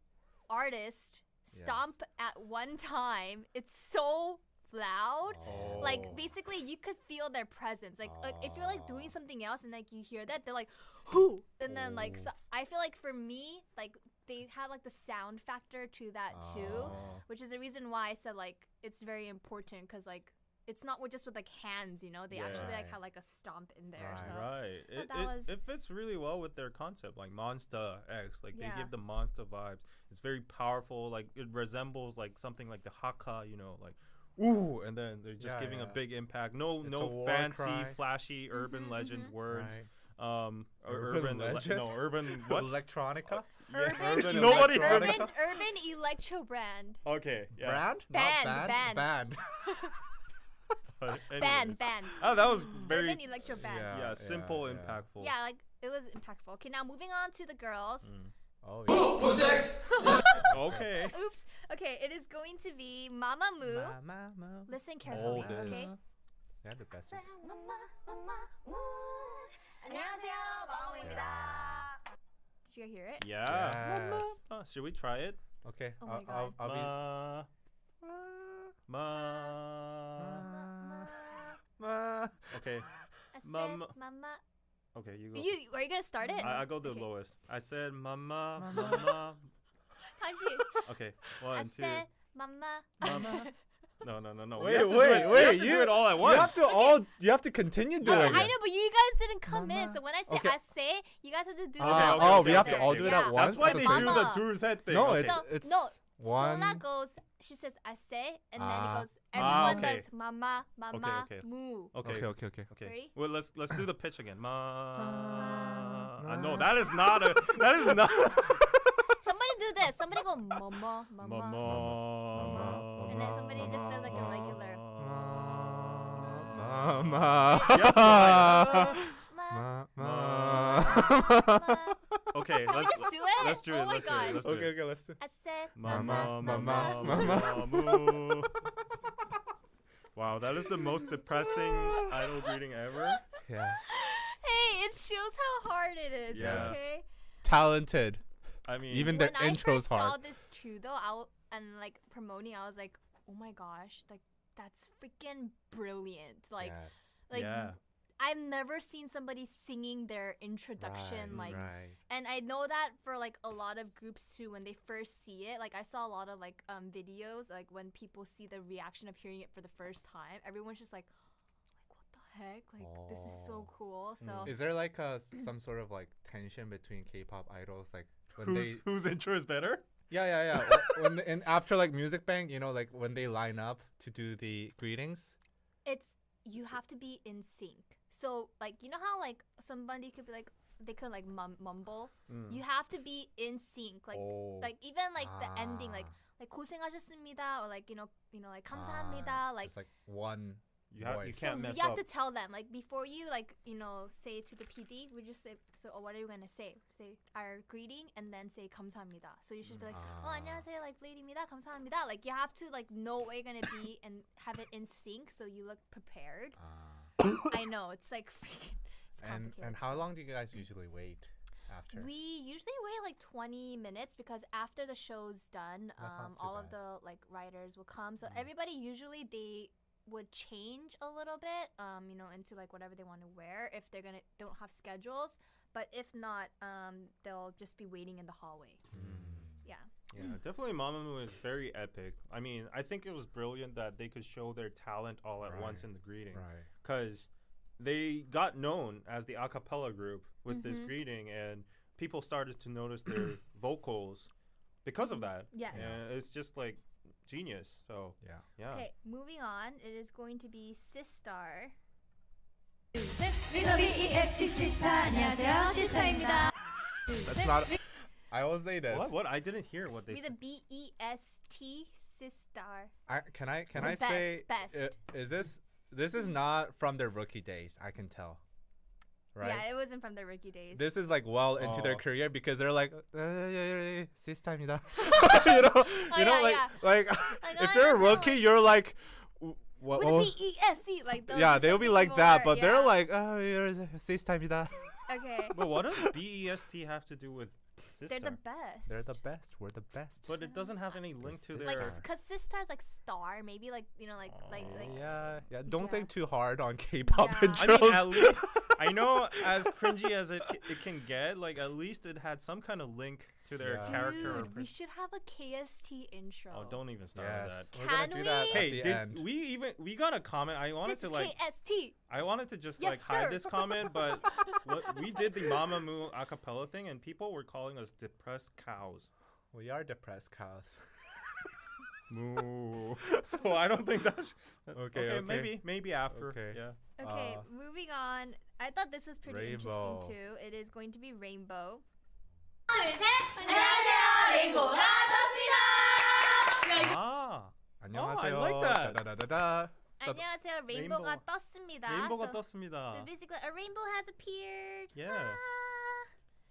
artists
Yes.
stomp at one time, it's so loud.
Oh.
Like basically, you could feel their presence. Like, like if you're like
Ah.
doing something else and like you hear that, they're like, "Who?" And then like,
Oh.
so I feel like for me, like they had like the sound factor to that too,
Oh.
which is the reason why I said like it's very important because like it's not with- just with like hands, you know. They actually like
Yeah.
had like a stomp in there.
Right,
So
right.
I thought
It,
that
it,
was
it fits really well with their concept, like Monster X. Like
Yeah.
they give the monster vibes. It's very powerful. Like it resembles like something like the Hakka, you know, like ooh, and then they're just
Yeah,
giving
yeah.
a big impact. No,
It's a
no
war
fancy,
cry.
flashy
Mm-hmm,
urban legend words. Um, or
Urban
urban, ele-
legend?
no
(laughs)
urban what?
Electronica.
(laughs) urban ele-
Nobody heard
E, urban urban electro brand
Okay, yeah.
Brand?
Band,
Not
band.
band. Band.
But
band
anyways.
band.
Oh, that was very
urban electro
s-
band.
Yeah,
Yeah,
simple,
yeah.
impactful.
Yeah, like it was impactful. Okay, now moving on to the girls.
(laughs) Oh,
Who's next?
okay.
(laughs) Oops. Okay, it is going to be Mama Moo.
Mama Moo.
Listen carefully, okay?
They had the best.
안녕하세요, Did you hear it?
Yeah. Uh, should we try it? Uh,
Okay.
Oh
I'll, I'll, I'll be.
Ma- Ma. Okay.
I said,
Mama.
Mama.
Okay, you go.
You are you gonna start it?
I, I go the lowest. I said mama, mama.
Kanji.
okay, (laughs)
I
one, two.
said, Mama.
Mama. No, no, no, no. we
Wait,
have to do
wait,
it- we
wait,
have to do
you-
it all at
you have
once. Oh,
to all. You have to continue doing
Okay,
it.
I know, but you guys didn't come in. So when I say
Okay.
I say, you guys have to do it.
Ah,
all
oh, we
together.
have to all do it at
Yeah.
once.
That's why
at
they
same
do the
time?
tour's head thing.
No,
okay.
it's
So,
it's
no,
one.
Sona goes. She says, "I say," and then it
Ah.
goes.
Ah,
Everyone
okay.
does, "Mama, mama,
okay. (laughs)
moo."
Okay.
Okay, okay, okay.
Okay.
Ready?
Well, let's let's do the pitch again. Ma. I know that is not a. That is not.
Somebody do this. Somebody go, "Mama, mama,",
Mama.
and then somebody just says like a regular.
Mama.
Yes,
(laughs) Mama.
(laughs)
Ma-
Mama.
Okay,
Can we
let's
just do it?
let's do
Oh
it.
my
Let's do
God.
it. Let's do
Okay,
it.
okay, let's do.
I said,
Mama,
"Mama,
mama, mama,
mama.
moo. Wow, that is the most depressing idol greeting ever.
Yes.
Hey, it shows how hard it is.
Yes.
Okay.
Talented.
I mean,
even their
when
intro's
I first saw
hard.
this too, though, I w- and like promoting, I was like, oh my gosh, like that's freaking brilliant. Like,
Yes.
like
Yeah.
I've never seen somebody singing their introduction
Right,
like.
right.
And I know that for like a lot of groups too, when they first see it, like I saw a lot of like um videos, like when people see the reaction of hearing it for the first time, everyone's just like, like what the heck? Like this is
Oh.
so cool. So
Is there like a s- some sort of like tension between K-pop idols, like when
Whose-
they
whose intro is better?
(laughs) Yeah, yeah, yeah. Wh- when the- and after like Music Bank, you know, like when they line up to do the greetings.
it's you have to be in sync. So like you know how like somebody could be like they could like mum- mumble.
Mm.
You have to be in sync. Like
Oh. Ah.
like even like the ending like like 고생하셨습니다 or like you know you know like 감사합니다
Ah,
like
It's like one.
You ha- you
voice.
can't
so
mess
you have
up.
to tell them like before you like you know say to the PD we just say so oh, what are you gonna say say our greeting and then say 감사합니다 so you should be like oh
Ah.
안녕하세요 like lady입니다 감사합니다 like you have to like know where you're gonna be and have it in sync so you look prepared I know it's like (laughs) freaking it's
And
complicated
and how long do you guys usually wait after?
we usually wait like 20 minutes because after the show's done,
That's not too
um,
Mm.
all of the like writers will come. So everybody usually they would change a little bit, um, you know, into like whatever they want to wear if they're gonna don't have schedules. But if not, um, they'll just be waiting in the hallway.
Hmm.
Yeah.
Yeah, definitely Mamamoo is very epic. I mean, I think it was brilliant that they could show their talent all at once
Right,
in the greeting.
right.
Because they got known as the a cappella group with this
Mhm.
greeting, and people started to notice
(clears throat)
their vocals because of that.
Yes.
And it's just like genius. So,
yeah.
(laughs)
Yeah.
Okay, moving on. It is going to be Sistar.
B.E.S.T. 시스타. 안녕하세요, 시스타입니다.
That's not. I will say this.
What? What? I didn't hear what they
With
said.
a B E S T Sistar.
I can I can
The
I
best,
say
best.
i- is this this is not from their rookie days? I can tell. Right.
Yeah, it wasn't from the rookie days.
This is like well into their
Oh.
career because they're like, "Uh, "시스타입니다."
(laughs)
you know, (laughs) you know,
Oh, yeah,
like
yeah.
like (laughs)
Like, oh,
if you're a
"안녕하세요."
rookie, you're like, w- what?
With
what
a
was-
B E S T, like they'll
oh. yeah,
do
they'll be like
something
that, but
more, yeah.
they're like, "Ah, (laughs) 시스타입니다."
Okay.
but what
(laughs)
does BEST have to do with sister?
They're the best.
They're the best. We're the best.
But it doesn't have any link to their.
Like, because Sistar's like star, maybe like, you know, like, like,
Oh,
like.
Yeah, yeah. Don't think too hard on K-pop
Yeah.
I
intros.
mean, at
(laughs)
least,
(laughs)
I know as cringy as it c- it can get, like at least it had some kind of link to their
Yeah.
character. or
Dude, we should have a KST intro.
Oh, don't even start
Yes,
with that.
we're gonna Can do that at
Hey,
the
did
end.
we even we got a comment? I wanted
this
to
is
like
KST.
I wanted to just
Yes,
like hide
sir.
this comment,
(laughs)
but what, we did the Mamamoo a cappella thing, and people were calling us depressed
(laughs)
cows.
we are
(laughs)
depressed cows.
Moo. so I don't think that's
Okay, okay.
Maybe maybe after.
Okay.
Yeah.
Okay, moving on. I thought this was pretty
Rainbow.
interesting too. It is going to be Rainbow.
안녕하세요, 레인보우가 떴습니다.
아.
안녕하세요.
Oh, like that.
다다다다다.
안녕하세요,
Rainbow.
레인보우가 떴습니다.
Rainbow가
so,
떴습니다.
so basically, a rainbow has appeared. Ah.
Yeah.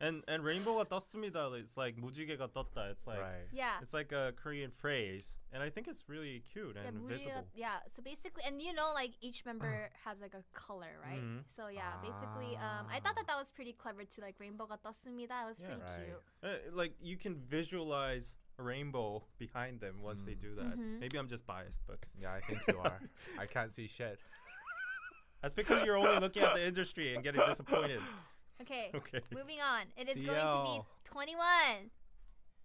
And and rainbow가 떴습니다. It's like 무지개가 떴다. It's like
Yeah.
It's like a Korean phrase, and I think it's really cute and
yeah, Muji, uh,
visible.
yeah, so basically, and you know, like
(clears throat)
each member has like a color, right?
Mhm.
So yeah, basically, um, I
Ah.
thought that that was pretty clever too. Like rainbow가 떴습니다. That was pretty cute.
Uh, like you can visualize a rainbow behind them once
Mm.
they do that.
Mhm.
Maybe I'm just biased, but
yeah, I think you are. I can't see
(laughs)
shit.
That's because you're only looking at the industry and getting disappointed.
Okay.
(laughs) Okay.
Moving on. It is
See
going to be
y'all.
21.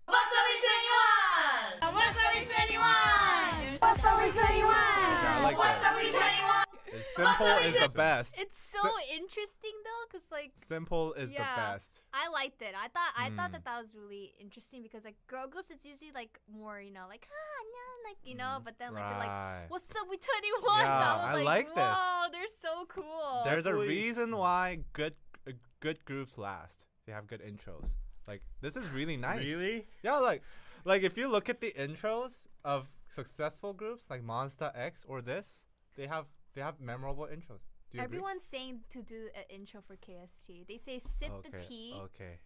What's up with 21? What's up with 21?
Yeah, I like
What's
that.
up with 21?
It's simple is the best.
It's so interesting though, cause like
Simple is the
yeah,
best.
I liked it. I thought I thought
Mm.
that that was really interesting because like girl groups, it's usually like more you know like ah yeah, like you
Mm.
know, but then like they're
Right.
like (laughs) what's up with 21? so
Yeah,
I
I
was
like
like,
this.
whoa, they're so cool.
There's a reason why good uh, good groups last. They have good intros. Like this is really (laughs) nice.
Really?
(laughs) Yeah, like like if you look at the intros of successful groups like Monster X or this, they have they have memorable intros. Do you agree?
Everyone's saying to do an intro for KST. They say sip the
okay,
tea.
Okay.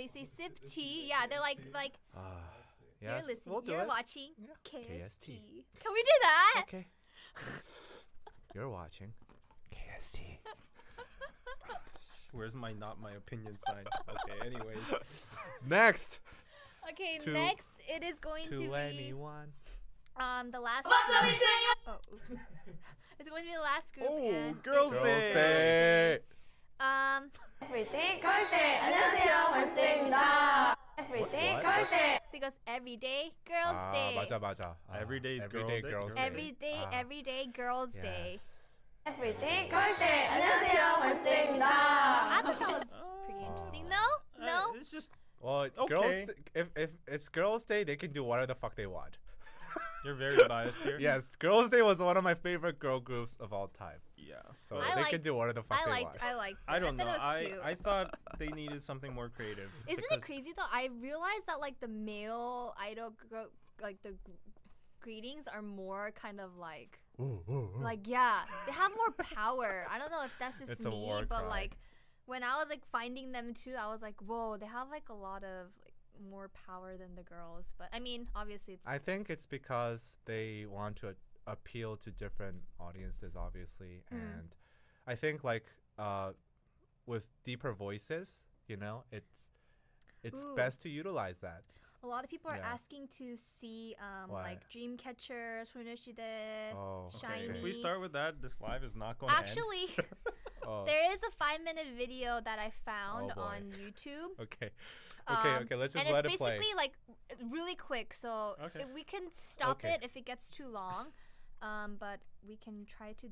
They say sip tea. Yeah, they're like like
Ah,
you're
yes,
listening,
we'll do
you're
it.
(laughs) watching KST.
KST.
Can we do that?
Okay. You're watching KST.
(laughs)
Where's my not my opinion sign? Okay. Anyways.
Next.
Okay,
Two-
next it is going to be
anyone.
um the last. Oh, oops. (laughs) it's going to be the last group.
Oh,
and
girls'
Girls'
day.
day.
um.
Everyday 걸스 안녕하세요 걸스입니다. Everyday
What?
걸스
Because every day girls'
아,
day.
맞아 Ah. 맞아. 아,
Every day's
Ah, every
girl
day
day,
girls
girl
day.
Every day,
아.
every day girls' day.
everything.
걸스! 안녕하세요, 걸스입니다.
I thought that was pretty interesting.
Uh,
No, (laughs) no.
Uh,
It's just
Well, girls,
Okay.
th- if if it's girls' day, they can do whatever the fuck they want.
You're very biased here.
(laughs) yes, girls' day was one of my favorite girl groups of all time.
Yeah,
so
I
they
like-
can do whatever the fuck
I
they
like-
want.
I like
I
that. I
don't
thought
know.
it was
I,
cute.
I thought they needed something more creative.
Isn't it
because-
crazy though? I realized that like the male idol gro- like the gr- greetings are more kind of like like yeah, they have more power. I don't know if that's just
It's a
me,
war
but
cry.
like when I was like finding them too, I was like, whoa, they have like a lot of like more power than the girls. But I mean, obviously it's
I think it's because they want to a- appeal to different audiences, obviously,
Mm.
and I think like uh, with deeper voices, you know, it's it's
Ooh.
best to utilize that.
a lot of people are
Yeah.
asking to see um
What?
like Dreamcatcher, Sonoshide,
Oh,
Shiny.
If we start with that, this live is not going (laughs)
Actually,
to end.
(laughs)
Oh.
there is a five minute video that I found
boy.
on YouTube.
Okay. Okay,
Um,
okay, let's just
and
let
it's
it play.
basically like really quick, so
Okay.
if we can stop
Okay.
it if it gets too long, um, but we can try to.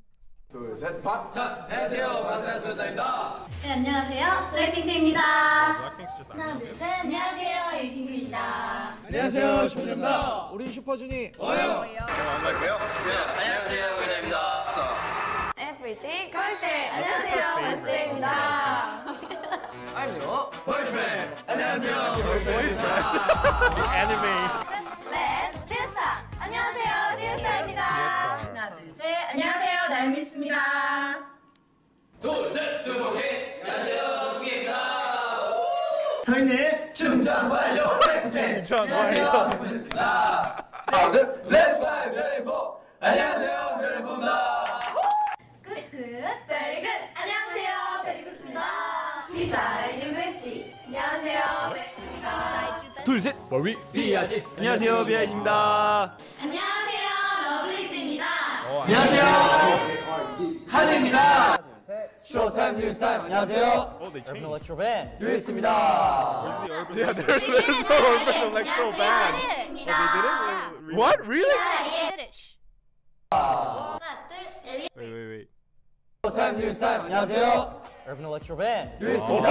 둘셋 박! 자, 안녕하세요 방탄소년단입니다
네, 안녕하세요. 블랙핑크입니다.
Blackpink's just
하나, 둘, 셋. 안녕하세요. 유핑크입니다.
안녕하세요 슈퍼입니다 우리 슈퍼주니 와요
안녕하세요. 안녕하세요. 은혜입니다.
Everything.
걸스!
안녕하세요. 걸스입니다.
I'm your boyfriend. 안녕하세요.
Anime.
Let's 피에스타. 안녕하세요. 피에스타입니다. 하나, 둘, 셋. 안녕하세요. 날미스입니다.
둘, 셋, 두 번째. 안녕하세요. 두개입니다.
저희는 춤전 완료
춤전
완료 백퍼센트입니다 하나 둘 렛츠 파이 뷰티포 안녕하세요 뷰티포입니다
Good, good. Very good. 안녕하세요. 베리굿입니다. Beside University. 안녕하세요. 베리굿입니다.
둘셋 멀리 비아지 안녕하세요 비아지입니다
안녕하세요. 러블리즈입니다.
하드입니다
쇼타임 뉴스 타임 안녕하세요
Oh, they
Urban
changed.
Electro Band 유이스입니다
Where's the urban?
Yeah, there's this urban electro band.
Well, they did it. re-
What really?
Did it. Shh.
하나, 둘, 셋.
Wait, wait, wait.
쇼타임 뉴스 타임 안녕하세요 Urban Electro Band 유이스입니다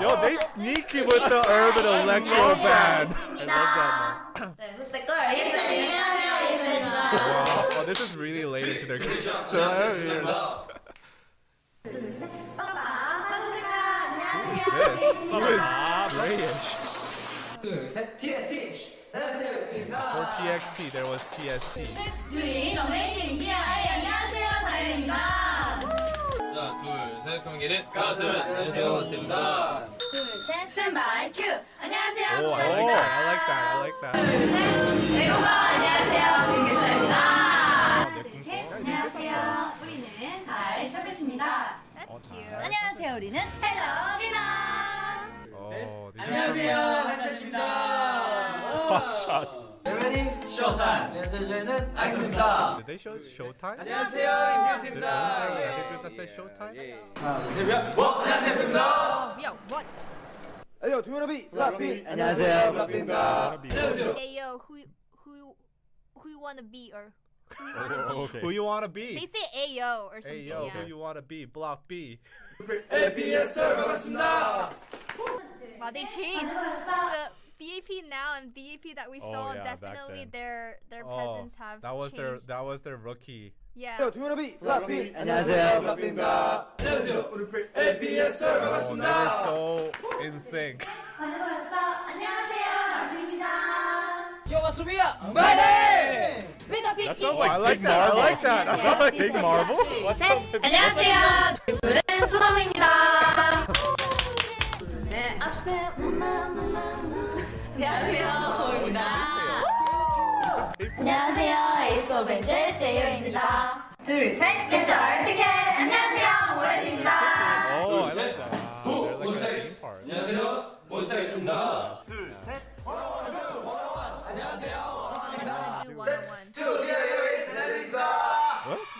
Yo,
(laughs)
they sneaky with the urban electro band. I love that. Man.
네, who's the girl? 예슬이. 안녕하세요. 예슬입니다.
Wow, oh, this is really related to their. Who is this? Who is Grayish?
둘셋 TST. 안녕하세요.
For
은혜입니다.
TXT, there was TST.
주인 어메이징 미아 아이 네, 안녕하세요 다현입니다
하나, 둘, 셋. 그럼 기린.
가슴. 안녕하세요. 반갑습니다.
둘셋 스탠바이 큐 안녕하세요
Oh, I like
미아입니다
that. I like that. I like that.
외국어 안녕하세요 김규철입니다
둘셋
안녕하세요 우리는 알 샤벳입니다 안녕하세요 우리는 헬로입니다
Oh, these
안녕하세요. 한샷입니다.
Shot.
대표님 쇼산. 안녕하세요. 저희는 아이돌입니다.
Did they show Showtime?
안녕하세요,
Did- (laughs)
임태입니다.
I think that says Showtime.
하나, 둘, 셋. 몇? 와, 안녕하세요.
Oh, Yo, what?
안녕 두유라비 라비
안녕하세요,
라비입니다
Hey yo, who who who you wanna be or who you wanna be?
Okay. Who you wanna be?
They say ayo or something.
Hey yo,
yeah.
who you wanna be? Block B.
Wow, they changed the BAP now and BAP that we
Oh,
saw.
yeah, back
definitely
then.
their their
Oh,
presence have
that was their
changed.
that was their rookie.
yeah.
두유라비
라비.
안녕하세요
라비입니다
안녕하세요. 우리
ABS
Oh, they were so in sync.
만나봤어 안녕하세요 라비입니다
영화 수비야
위더 빅
That sounds like Big Marvel. Oh, I like that. I sound like Big Marvel. What's up? with-
안녕하세요. 둘은 소나무입니다. 네, 아세 마마마. 네, 안녕하세요, 오입니다. 안녕하세요, 에이스 오벤젤 세이오입니다. 둘, 셋, 개쩔 티켓. 안녕하세요, 모레입니다.
Oh, I like that. Wow, they're like a theme park.
안녕하세요. 몬스타엑스입니다. 둘, 셋.
do one on one.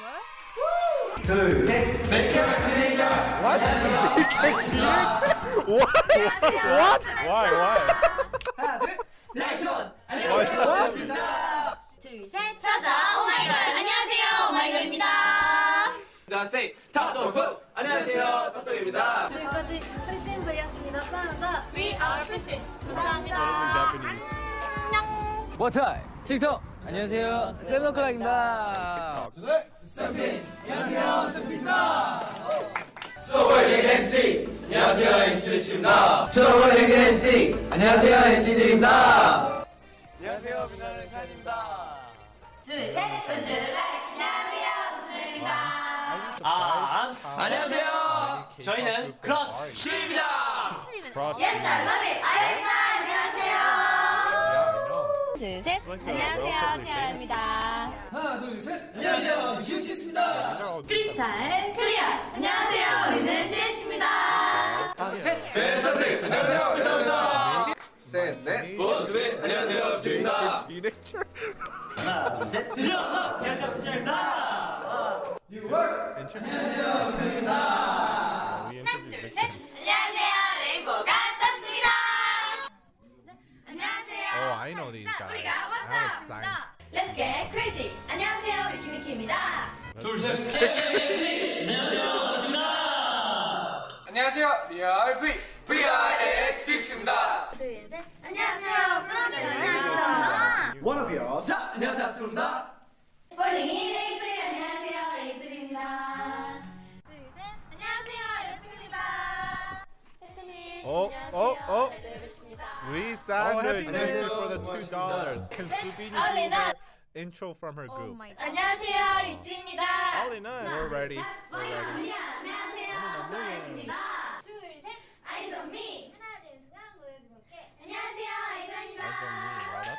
What?
둘, 셋.
What?
What? What? Why? Why?
나이션.
Oh, it's what?
둘, 셋, 차다. 오마이걸. 안녕하세요, 오마이걸입니다.
나
세 타도프 안녕하세요 타도입니다.
지금까지 프리신 브이였습니다. 사랑합니다. We are 프리신.
워타이 틱톡 안녕하세요 세븐클락입니다
안녕하세요, 세트입니다.
소울리그 NC 안녕하세요 NC들입니다
소울리그 NC. 안녕하세요, NC들입니다.
안녕하세요 빛나는 칸입니다
둘, 셋, 우주라. 안녕하세요, 우주입니다.
아 안녕하세요 저희는 크로스 C입니다
Yes, I love it. 아이입니다. 안녕하세요. 둘, 셋. 안녕하세요, 태아입니다. 하나, 둘, 셋.
안녕하세요 유키스입니다
크리스탈 클리어. 안녕하세요, 우리는 CS입니다.
펜타스 안녕하세요 펜타입니다 셋넷
원투 안녕하세요 주입니다.
하나 둘셋 드디어 안녕하세요 펜타입니다 뉴월 안녕하세요 펜타입니다
안녕하세요, 레인보우가 떴습니다. 안녕하세요.
Oh, I know these guys.
우리가
That was science.
Let's get crazy. 안녕하세요, 위키미키입니다.
둘셋 안녕하세요 리얼 V VRX 빅스입니다
둘, 셋. 안녕하세요, 프로듀서입니다.
워너비어 사 안녕하세요 아스입니다
볼링이 레이프릴 안녕하세요, 레이프릴입니다. 둘, 셋. 안녕하세요, 여친입니다. 해피닐
어,
안녕하세요.
어, 어.
잘 들으십니다.
We sandwich
happy
thank you
days.
for the two dollars. Can
Then
Subini
all
do
in all.
the intro from
Oh
her group?
안녕하세요, 리치입니다.
We're ready. We're ready.
뭐야, 뭐야. 안녕하세요, 소아입니다. 둘, 셋. 아이즈미. 하나, 둘, 셋. 한번 보여줄게. 안녕하세요, 아이즈입니다.
Right,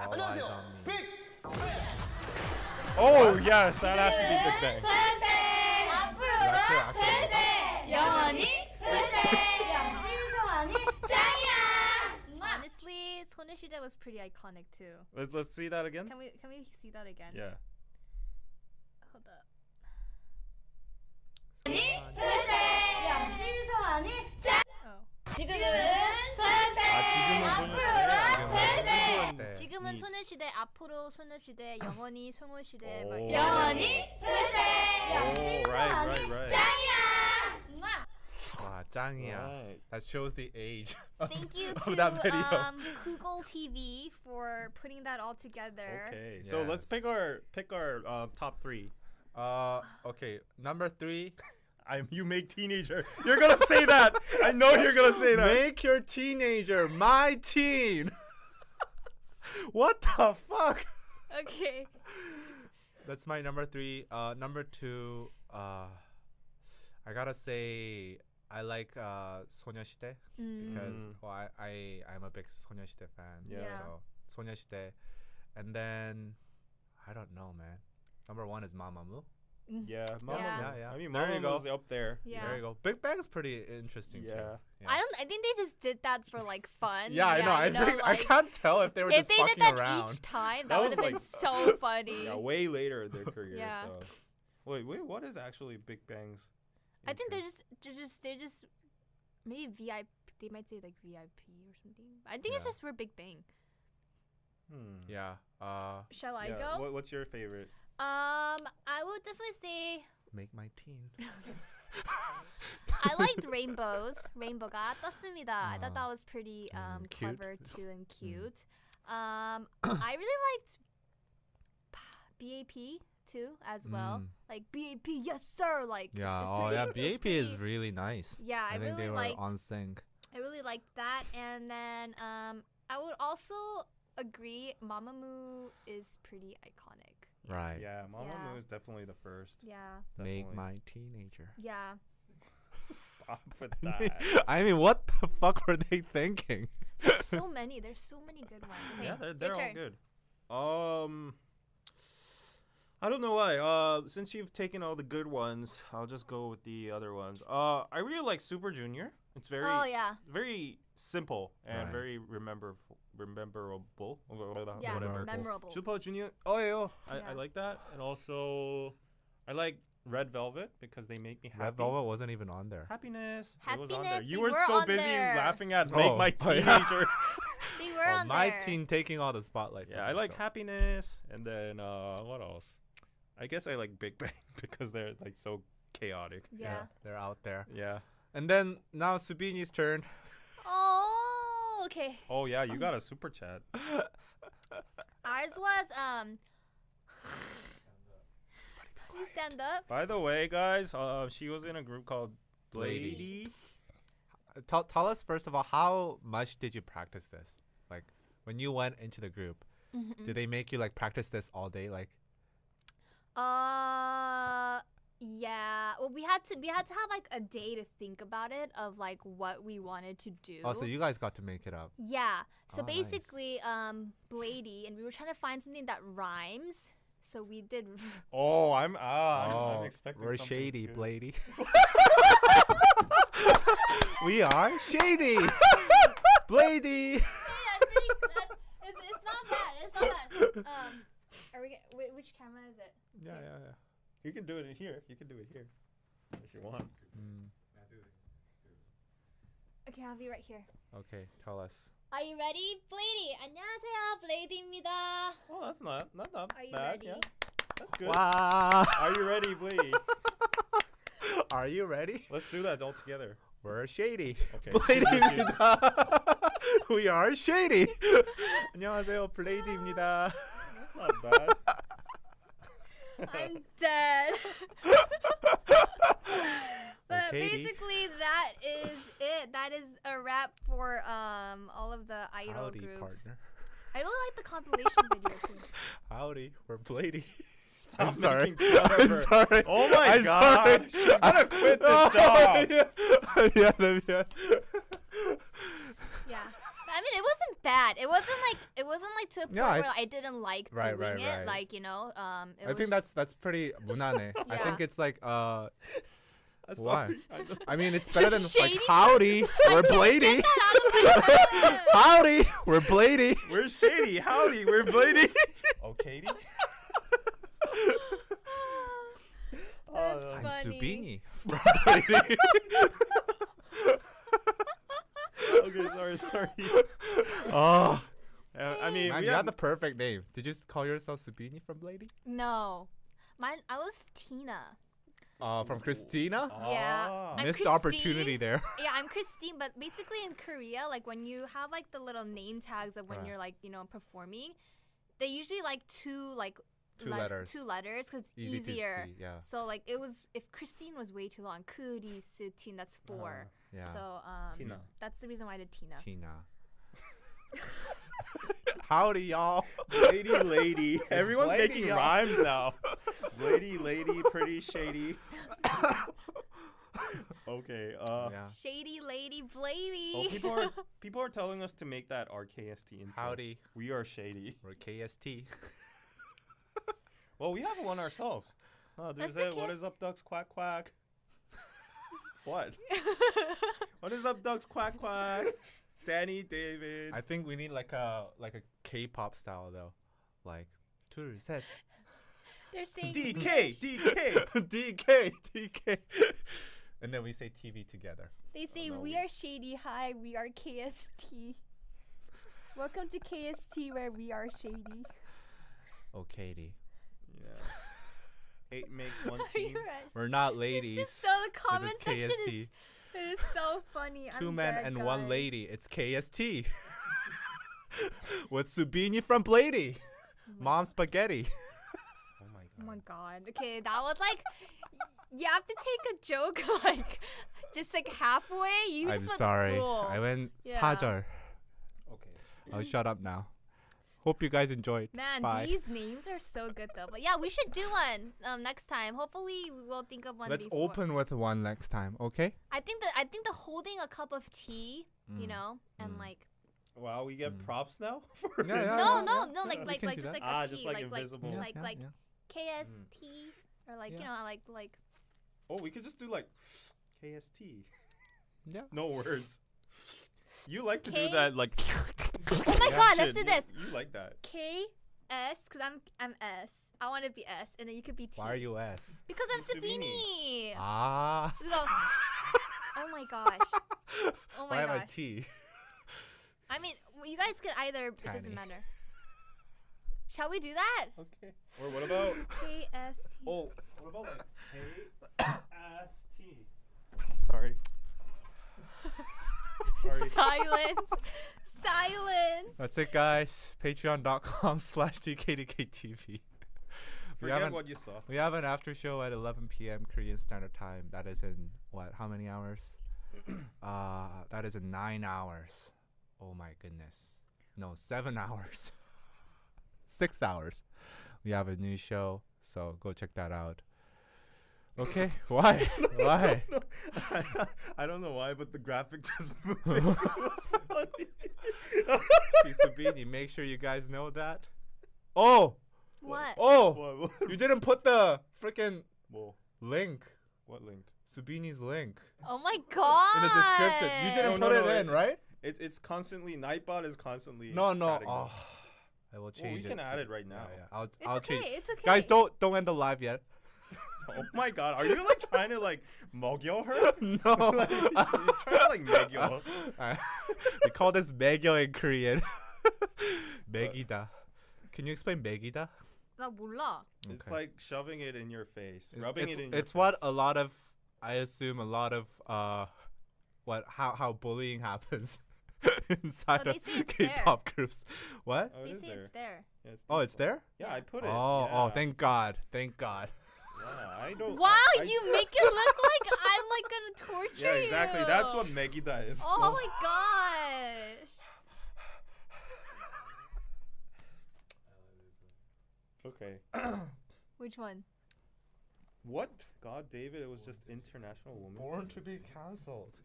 all eyes on me. Oh yes, that has to be Big Bang.
소생 앞으로도
약해, 약해.
소생 영원히 소생 신성환이 짱이야.
Honestly, Sonishida was pretty iconic too.
Let's let's see that again.
Can we can we see that again?
Yeah.
Hold up.
소생 신성환이 짱.
Oh.
지금은
Ah, 아,
소생 앞으로도 소생
지금은 소녀시대 앞으로 소녀시대 영원히 소녀시대 막
오.
이런-
영원히
Oh right, right, right.
우와.
Wow, Changia. Ah, That shows the age. (laughs)
Thank you
of
to
that video.
um, Google TV for putting that all together.
Okay, so let's pick our pick our uh, top three.
Uh, okay, number three.
(laughs) I'm you make teenager. You're gonna say that. I know you're gonna say that.
Make your teenager my teen. (laughs) what the fuck?
Okay.
That's my number three. Uh, number two. Uh, I gotta say I like uh 소녀시대
Mm.
because
Mm.
well, I I I'm a big 소녀시대 fan.
Yeah. Yeah.
So 소녀시대, and then I don't know, man. Number one is Mamamoo.
Mm.
Yeah, Mamamoo.
yeah, yeah.
I mean,
There you go.
Mamamoo up there.
Yeah.
There you go. Big Bang's pretty interesting too.
Yeah.
I don't. I think they just did that for like fun.
Yeah, I know. I
you
think I
like-
can't tell if they were
if
just
they
fucking
did that
around.
each time, that,
That
would
was
have been
like-
(laughs)
so funny.
Yeah, way later
(laughs)
in their career.
Yeah.
So. Wait, wait, what is actually Big Bang's?
I think they're just, they're just, they're just maybe VIP. They might say like VIP or something. I think it's
Yeah.
just for Big Bang.
Hmm.
Yeah. Uh,
Shall I go?
What, what's your favorite?
Um, I would definitely say
Make my teen. (laughs)
I liked rainbows. Rainbow가 떴습니다. I thought that was pretty um,
Ah. Mm, cute. Mm.
clever too and cute.
(coughs)
Um, I really liked BAP too as well.
Mm.
Like BAP, yes sir. Like it's-
Yeah.
it's
Oh,
pretty- (laughs)
yeah.
it's
BAP
pretty-
is really nice.
Yeah, I
I think they
really
were
liked-
on sync.
I really liked that, and then um, I would also agree. Mamamoo is pretty iconic.
Right.
Yeah, Mama
Yeah.
Moo is definitely the first.
(laughs) Yeah.
Make my teenager.
Yeah. (laughs)
Stop with that.
(laughs) I mean, what the fuck were they (laughs) thinking?
There's so many. There's so many good ones. Okay,
yeah, they're,
your
they're all
turn.
good. Um, I don't know why. Uh, since you've taken all the good ones, I'll just go with the other ones. Uh, I really like Super Junior. It's very,
Oh, yeah.
very simple and
Right.
very remember rememberable.
uh,
Yeah,
whatever.
memorable.
Super Junior. Oh, yeah, oh. I, I
Yeah.
like that, and also I like Red Velvet because they make me happy.
Red Velvet wasn't even on there.
Happiness. It was on there.
Happiness,
You
they
were
were
so
on
busy
there.
laughing at make
Oh,
my
(laughs) oh,
teenager.
yeah.
They were
Oh,
on
my
there.
teen taking all the spotlight.
Yeah, I like happiness, and then uh, what else? I guess I like Big Bang (laughs) because they're like so chaotic.
Yeah.
They're out there.
Yeah.
And then now Subini's turn.
Oh, okay.
Oh yeah, you got a super chat.
Ours was um. Please stand up.
By the way, guys, uh, she was in a group called Blady.
Lady. Tell, tell us first of all, how much did you practice this? Like when you went into the group,
Mhm.
did they make you like practice this all day? Like
Uh, yeah. Well, we had to we had to have like a day to think about it of like what we wanted to do.
oh, so you guys got to make it up.
Yeah. So
Oh, nice.
basically, um, Blady, and we were trying to find something that rhymes. So we did.
Oh, I'm ah, I'm- I'm
Oh,
expecting
we're
something
shady,
good. (laughs)
Blady. we are shady, Blady.
It's, it's not bad. It's (laughs) not bad. Um, are we? Get, whi- which camera is it?
Yeah, yeah, yeah. You can do it in here. You can do it here, if you want.
Okay, I'll be right here.
Okay, tell us.
Are you ready, Blady? 안녕하세요, Blady입니다.
Oh, that's not not that
Are you
bad.
ready?
Yeah, that's good.
Wow.
Are you ready, Blee?
Are you ready?
Let's do that all
(laughs)
together.
We're shady.
Okay.
블레이드입니다. (laughs) we are shady. 안녕하세요, 블레이드입니다.
Not bad.
(laughs)
I'm dead. but
Okay, Dee.
basically, that is it. That is a wrap for um all of the idol
Howdy,
groups.
partner.
I really like the
(laughs)
compilation video too.
Howdy, we're Blady.
(laughs) Stop
I'm sorry.
making fun of
(laughs) I'm
her.
sorry.
Oh my
I'm
God.
sorry.
She's
(laughs)
gonna quit this
Oh,
job.
yeah, (laughs) yeah, yeah.
Yeah. I mean, it wasn't bad. It wasn't like it wasn't like to a point
Yeah, I-
where I didn't like
Right,
doing
right,
it.
right.
Like you know, um, it
I think
was-
that's that's pretty 문안해. I
Yeah.
think it's like uh.
I'm
Why?
sorry. (laughs) I don't-
I mean, it's better than like
Shady. (laughs)
howdy, we're Blady. (laughs) howdy, we're Blady.
We're shady. Howdy, we're
(laughs)
Blady. oh, Katie.
That's
I'm
funny.
Subini.
okay, sorry, (laughs) sorry.
oh,
Uh, I mean,
man,
we
you
have
had the perfect name. Did you s- call yourself Subini from Blady?
No, mine. I was Tina.
Uh, from Christina.
Yeah. I'm
Ah. missed
Uh, Christine.
opportunity there.
yeah, I'm Christine, but basically in Korea, like when you have like the little name tags of when
Right.
you're like, you know, performing, they usually like two like
Two
let-
letters.
Two letters cuz it's
Easy to
easier.
see, yeah.
So like it was if Christine was way too long, Kuri, Sutin, that's 4.
Ah, yeah.
So um
Tina.
that's the reason why I did Tina.
Tina. Howdy, y'all.
Lady, (laughs) lady.
It's
Everyone's
Blady,
making
y'all.
rhymes (laughs) now. Lady, lady, pretty shady. (laughs) okay. Uh,
Shady lady Blady.
Oh, people are people are telling us to make that our KST intro.
Howdy.
We are shady.
We're KST.
Well, we have one ourselves. Oh, there's
That's
a,
the
what
KS
is up, ducks? Quack
(laughs)
quack. what? what is up, ducks? Quack
(laughs)
quack. Danny, David.
I think we need like a like a K-pop style though, like two (laughs) set
(laughs) They're saying
DK, DK.
DK DK, and then we say TV together.
They say we are shady high, we are KST. Welcome to KST where we are shady. (laughs)
Oh, Katie,
Yeah. Eight makes one
Are
team.
you ready?
we're not
This
ladies.
is so the comment section is, it is so funny.
2
I'm
men
dead,
and one
guys.
lady. It's (laughs) KST. What's Subini from Blady? Mom spaghetti.
Oh my god. Okay, that was like you have to take a joke (laughs) like just like halfway. You
I'm
just went
sorry.
full.
I went
Yeah.
사절. Okay. I'll shut up now. Hope you guys enjoyed.
Man,
Bye.
these names are so good though. But yeah, we should do one um next time. Hopefully we will think of one.
Let's
before.
open with one next time, okay?
I think that I think the holding a cup of tea,
Mm.
you know, and like
Wow, we get props now. (laughs) For
Hmm. Yeah, yeah,
no,
Uh, yeah,
no,
yeah.
no, like
We
like
can
like
do
just
that.
like
Ah,
a tea,
just, like,
like like
invisible. Yeah,
like
yeah,
like
yeah.
KST or like you
Yeah.
know like like
Oh, we could just do like KST.
Yeah.
No words. You like to
K-
do that like.
Oh my god, let's
shit,
do
you-
this.
You, like that.
K S because I'm I'm S. I want to be S, and then you could be T.
Why are you S?
Because I'm
Sabini.
Sabini.
Ah.
We go. oh my gosh.
(laughs)
Oh
Why
my
am I
(laughs) gosh.
T?
I mean, well, you guys could either. It
Tiny.
doesn't matter. Shall we do that?
Okay. Or what about?
KST.
Oh, what about
(coughs)
like K-S-T?
Sorry. Sorry.
Silence. Silence.
(laughs) That's it, guys. Patreon.com (laughs) slash TKTKTV.
Forget
have an-
what you saw.
We have an after show at 11 p.m. Korean Standard Time. That is in what? How
(clears throat)
many hours? uh, that is in nine hours. Oh my goodness. No, seven (laughs) hours. Six hours. We have a new show, so go check that out.
(laughs)
Okay, why? why?
No, I, I don't know why, but the graphic
(laughs)
just (laughs) moved. It was funny.
She's Sabini. Make sure you guys know that. Oh,
What?
oh, you didn't put the freaking
Whoa.
link.
What link?
Subini's link
Oh my god.
in the description. You didn't
No,
put
no, no,
it in, right?
It, it's constantly Nightbot is constantly.
No, no.
chatting
Oh,
us.
I will
Well,
change.
we can
it
add
so-
it right now.
Yeah, yeah. I'll,
It's
I'll
okay,
change.
it's okay.
Guys, don't don't end the live
(laughs)
yet. (laughs)
Oh my god, are you like trying to like mogyo
(laughs)
her?
No.
like, you- you're trying to like
(laughs)
mogyo.
Uh, (laughs) we call this megyo in Korean. (laughs) megida. Can you explain megida?
나 몰라.
It's
Okay.
like shoving it in your face,
It's,
rubbing
it's,
it in
it's what a lot of I assume a lot of uh what how how bullying (laughs) happens inside
Oh, they
of
say it's there.
K-pop groups. What?
your
they
face.
say it's there.
Yeah, it's
Oh, it's there?
Yeah, I Oh, put it.
Oh, oh,
yeah.
thank God. Thank God.
Yeah, I
Oh,
don't.
Wow,
I-
(laughs)
you make it look like I'm like gonna torture
Yeah, exactly. That's
you.
what Megida is.
Oh my gosh.
Okay.
Which one?
what? God, David, it was just International Women's
Born
Day.
to be cancelled.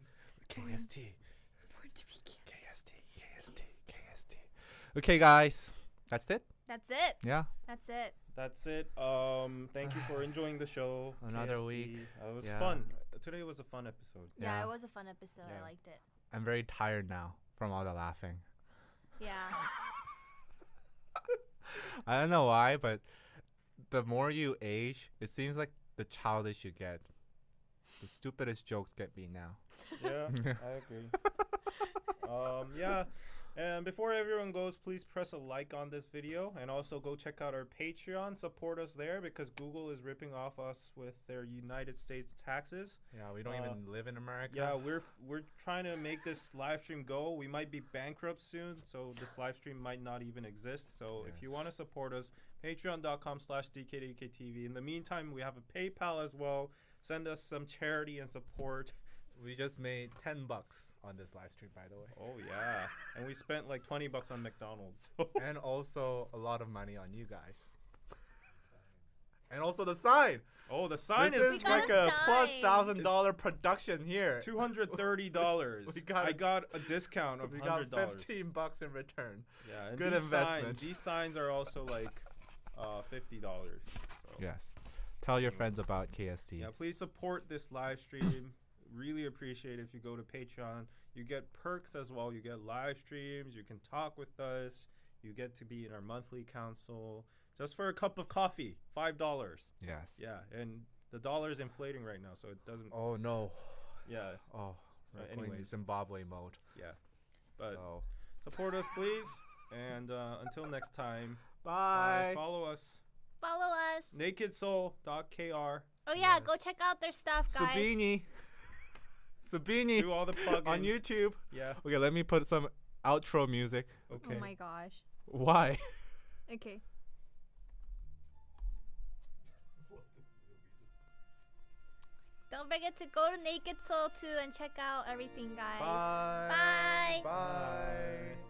KST.
Born to be canceled.
KST. KST. KST. Okay, guys. That's it?
That's it.
Yeah.
That's it.
That's it. Um, thank you
(sighs)
for enjoying the show.
Another
KST.
week.
Uh, it was
Yeah.
fun. Today was a fun episode.
Yeah,
Yeah.
it was a fun episode.
Yeah.
I liked it.
I'm very tired now from all the laughing.
Yeah.
I don't know why, but the more you age, it seems like the childish you get. The stupidest jokes get me now.
Yeah,
(laughs)
I agree. um, yeah. And before everyone goes, please press a like on this video and also go check out our Patreon. Support us there because Google is ripping off us with their United States taxes.
Yeah, we don't
Uh,
even live in America.
Yeah, we're we're trying to make this live stream go. We might be bankrupt soon, so this live stream might not even exist. So if you want to support us, patreon.com slash DKDKTV. In the meantime, we have a PayPal as well. Send us some charity and support.
We just made 10 bucks on this live stream, by the way.
Oh yeah. and we spent like 20 bucks on
(laughs)
McDonald's.
and also a lot of money on you guys. And also the sign.
Oh, the sign
this
is
is like a plus
sign.
thousand dollar production here.
$230.
(laughs) We got
I
a-
got a discount of
we
$100.
got fifteen bucks in return.
Yeah, and
good
these sign-
investment.
these signs are also like uh, $50. So.
Yes. Tell your friends about KST.
Yeah, please support this live stream. really appreciate if you go to Patreon. You get perks as well. You get live streams. You can talk with us. You get to be in our monthly council just for a cup of coffee, five dollars.
Yes.
Yeah, and the dollar is inflating right now, so it doesn't.
Oh no.
Yeah,
Oh. We're
But
going
anyways.
Zimbabwe mode.
yeah. But
so
support us, please. And uh, until next time,
bye.
uh, follow us
(laughs) Follow us.
nakedsoul.kr.
Oh yeah, go check out their stuff, guys.
Sabini. Sabini.
Do all the plugins
on YouTube.
Yeah.
Okay, let me put some outro music.
Okay.
Oh my gosh.
Why?
Okay. Don't forget to go to Naked Soul too and check out everything, guys.
Bye.
Bye.
Bye.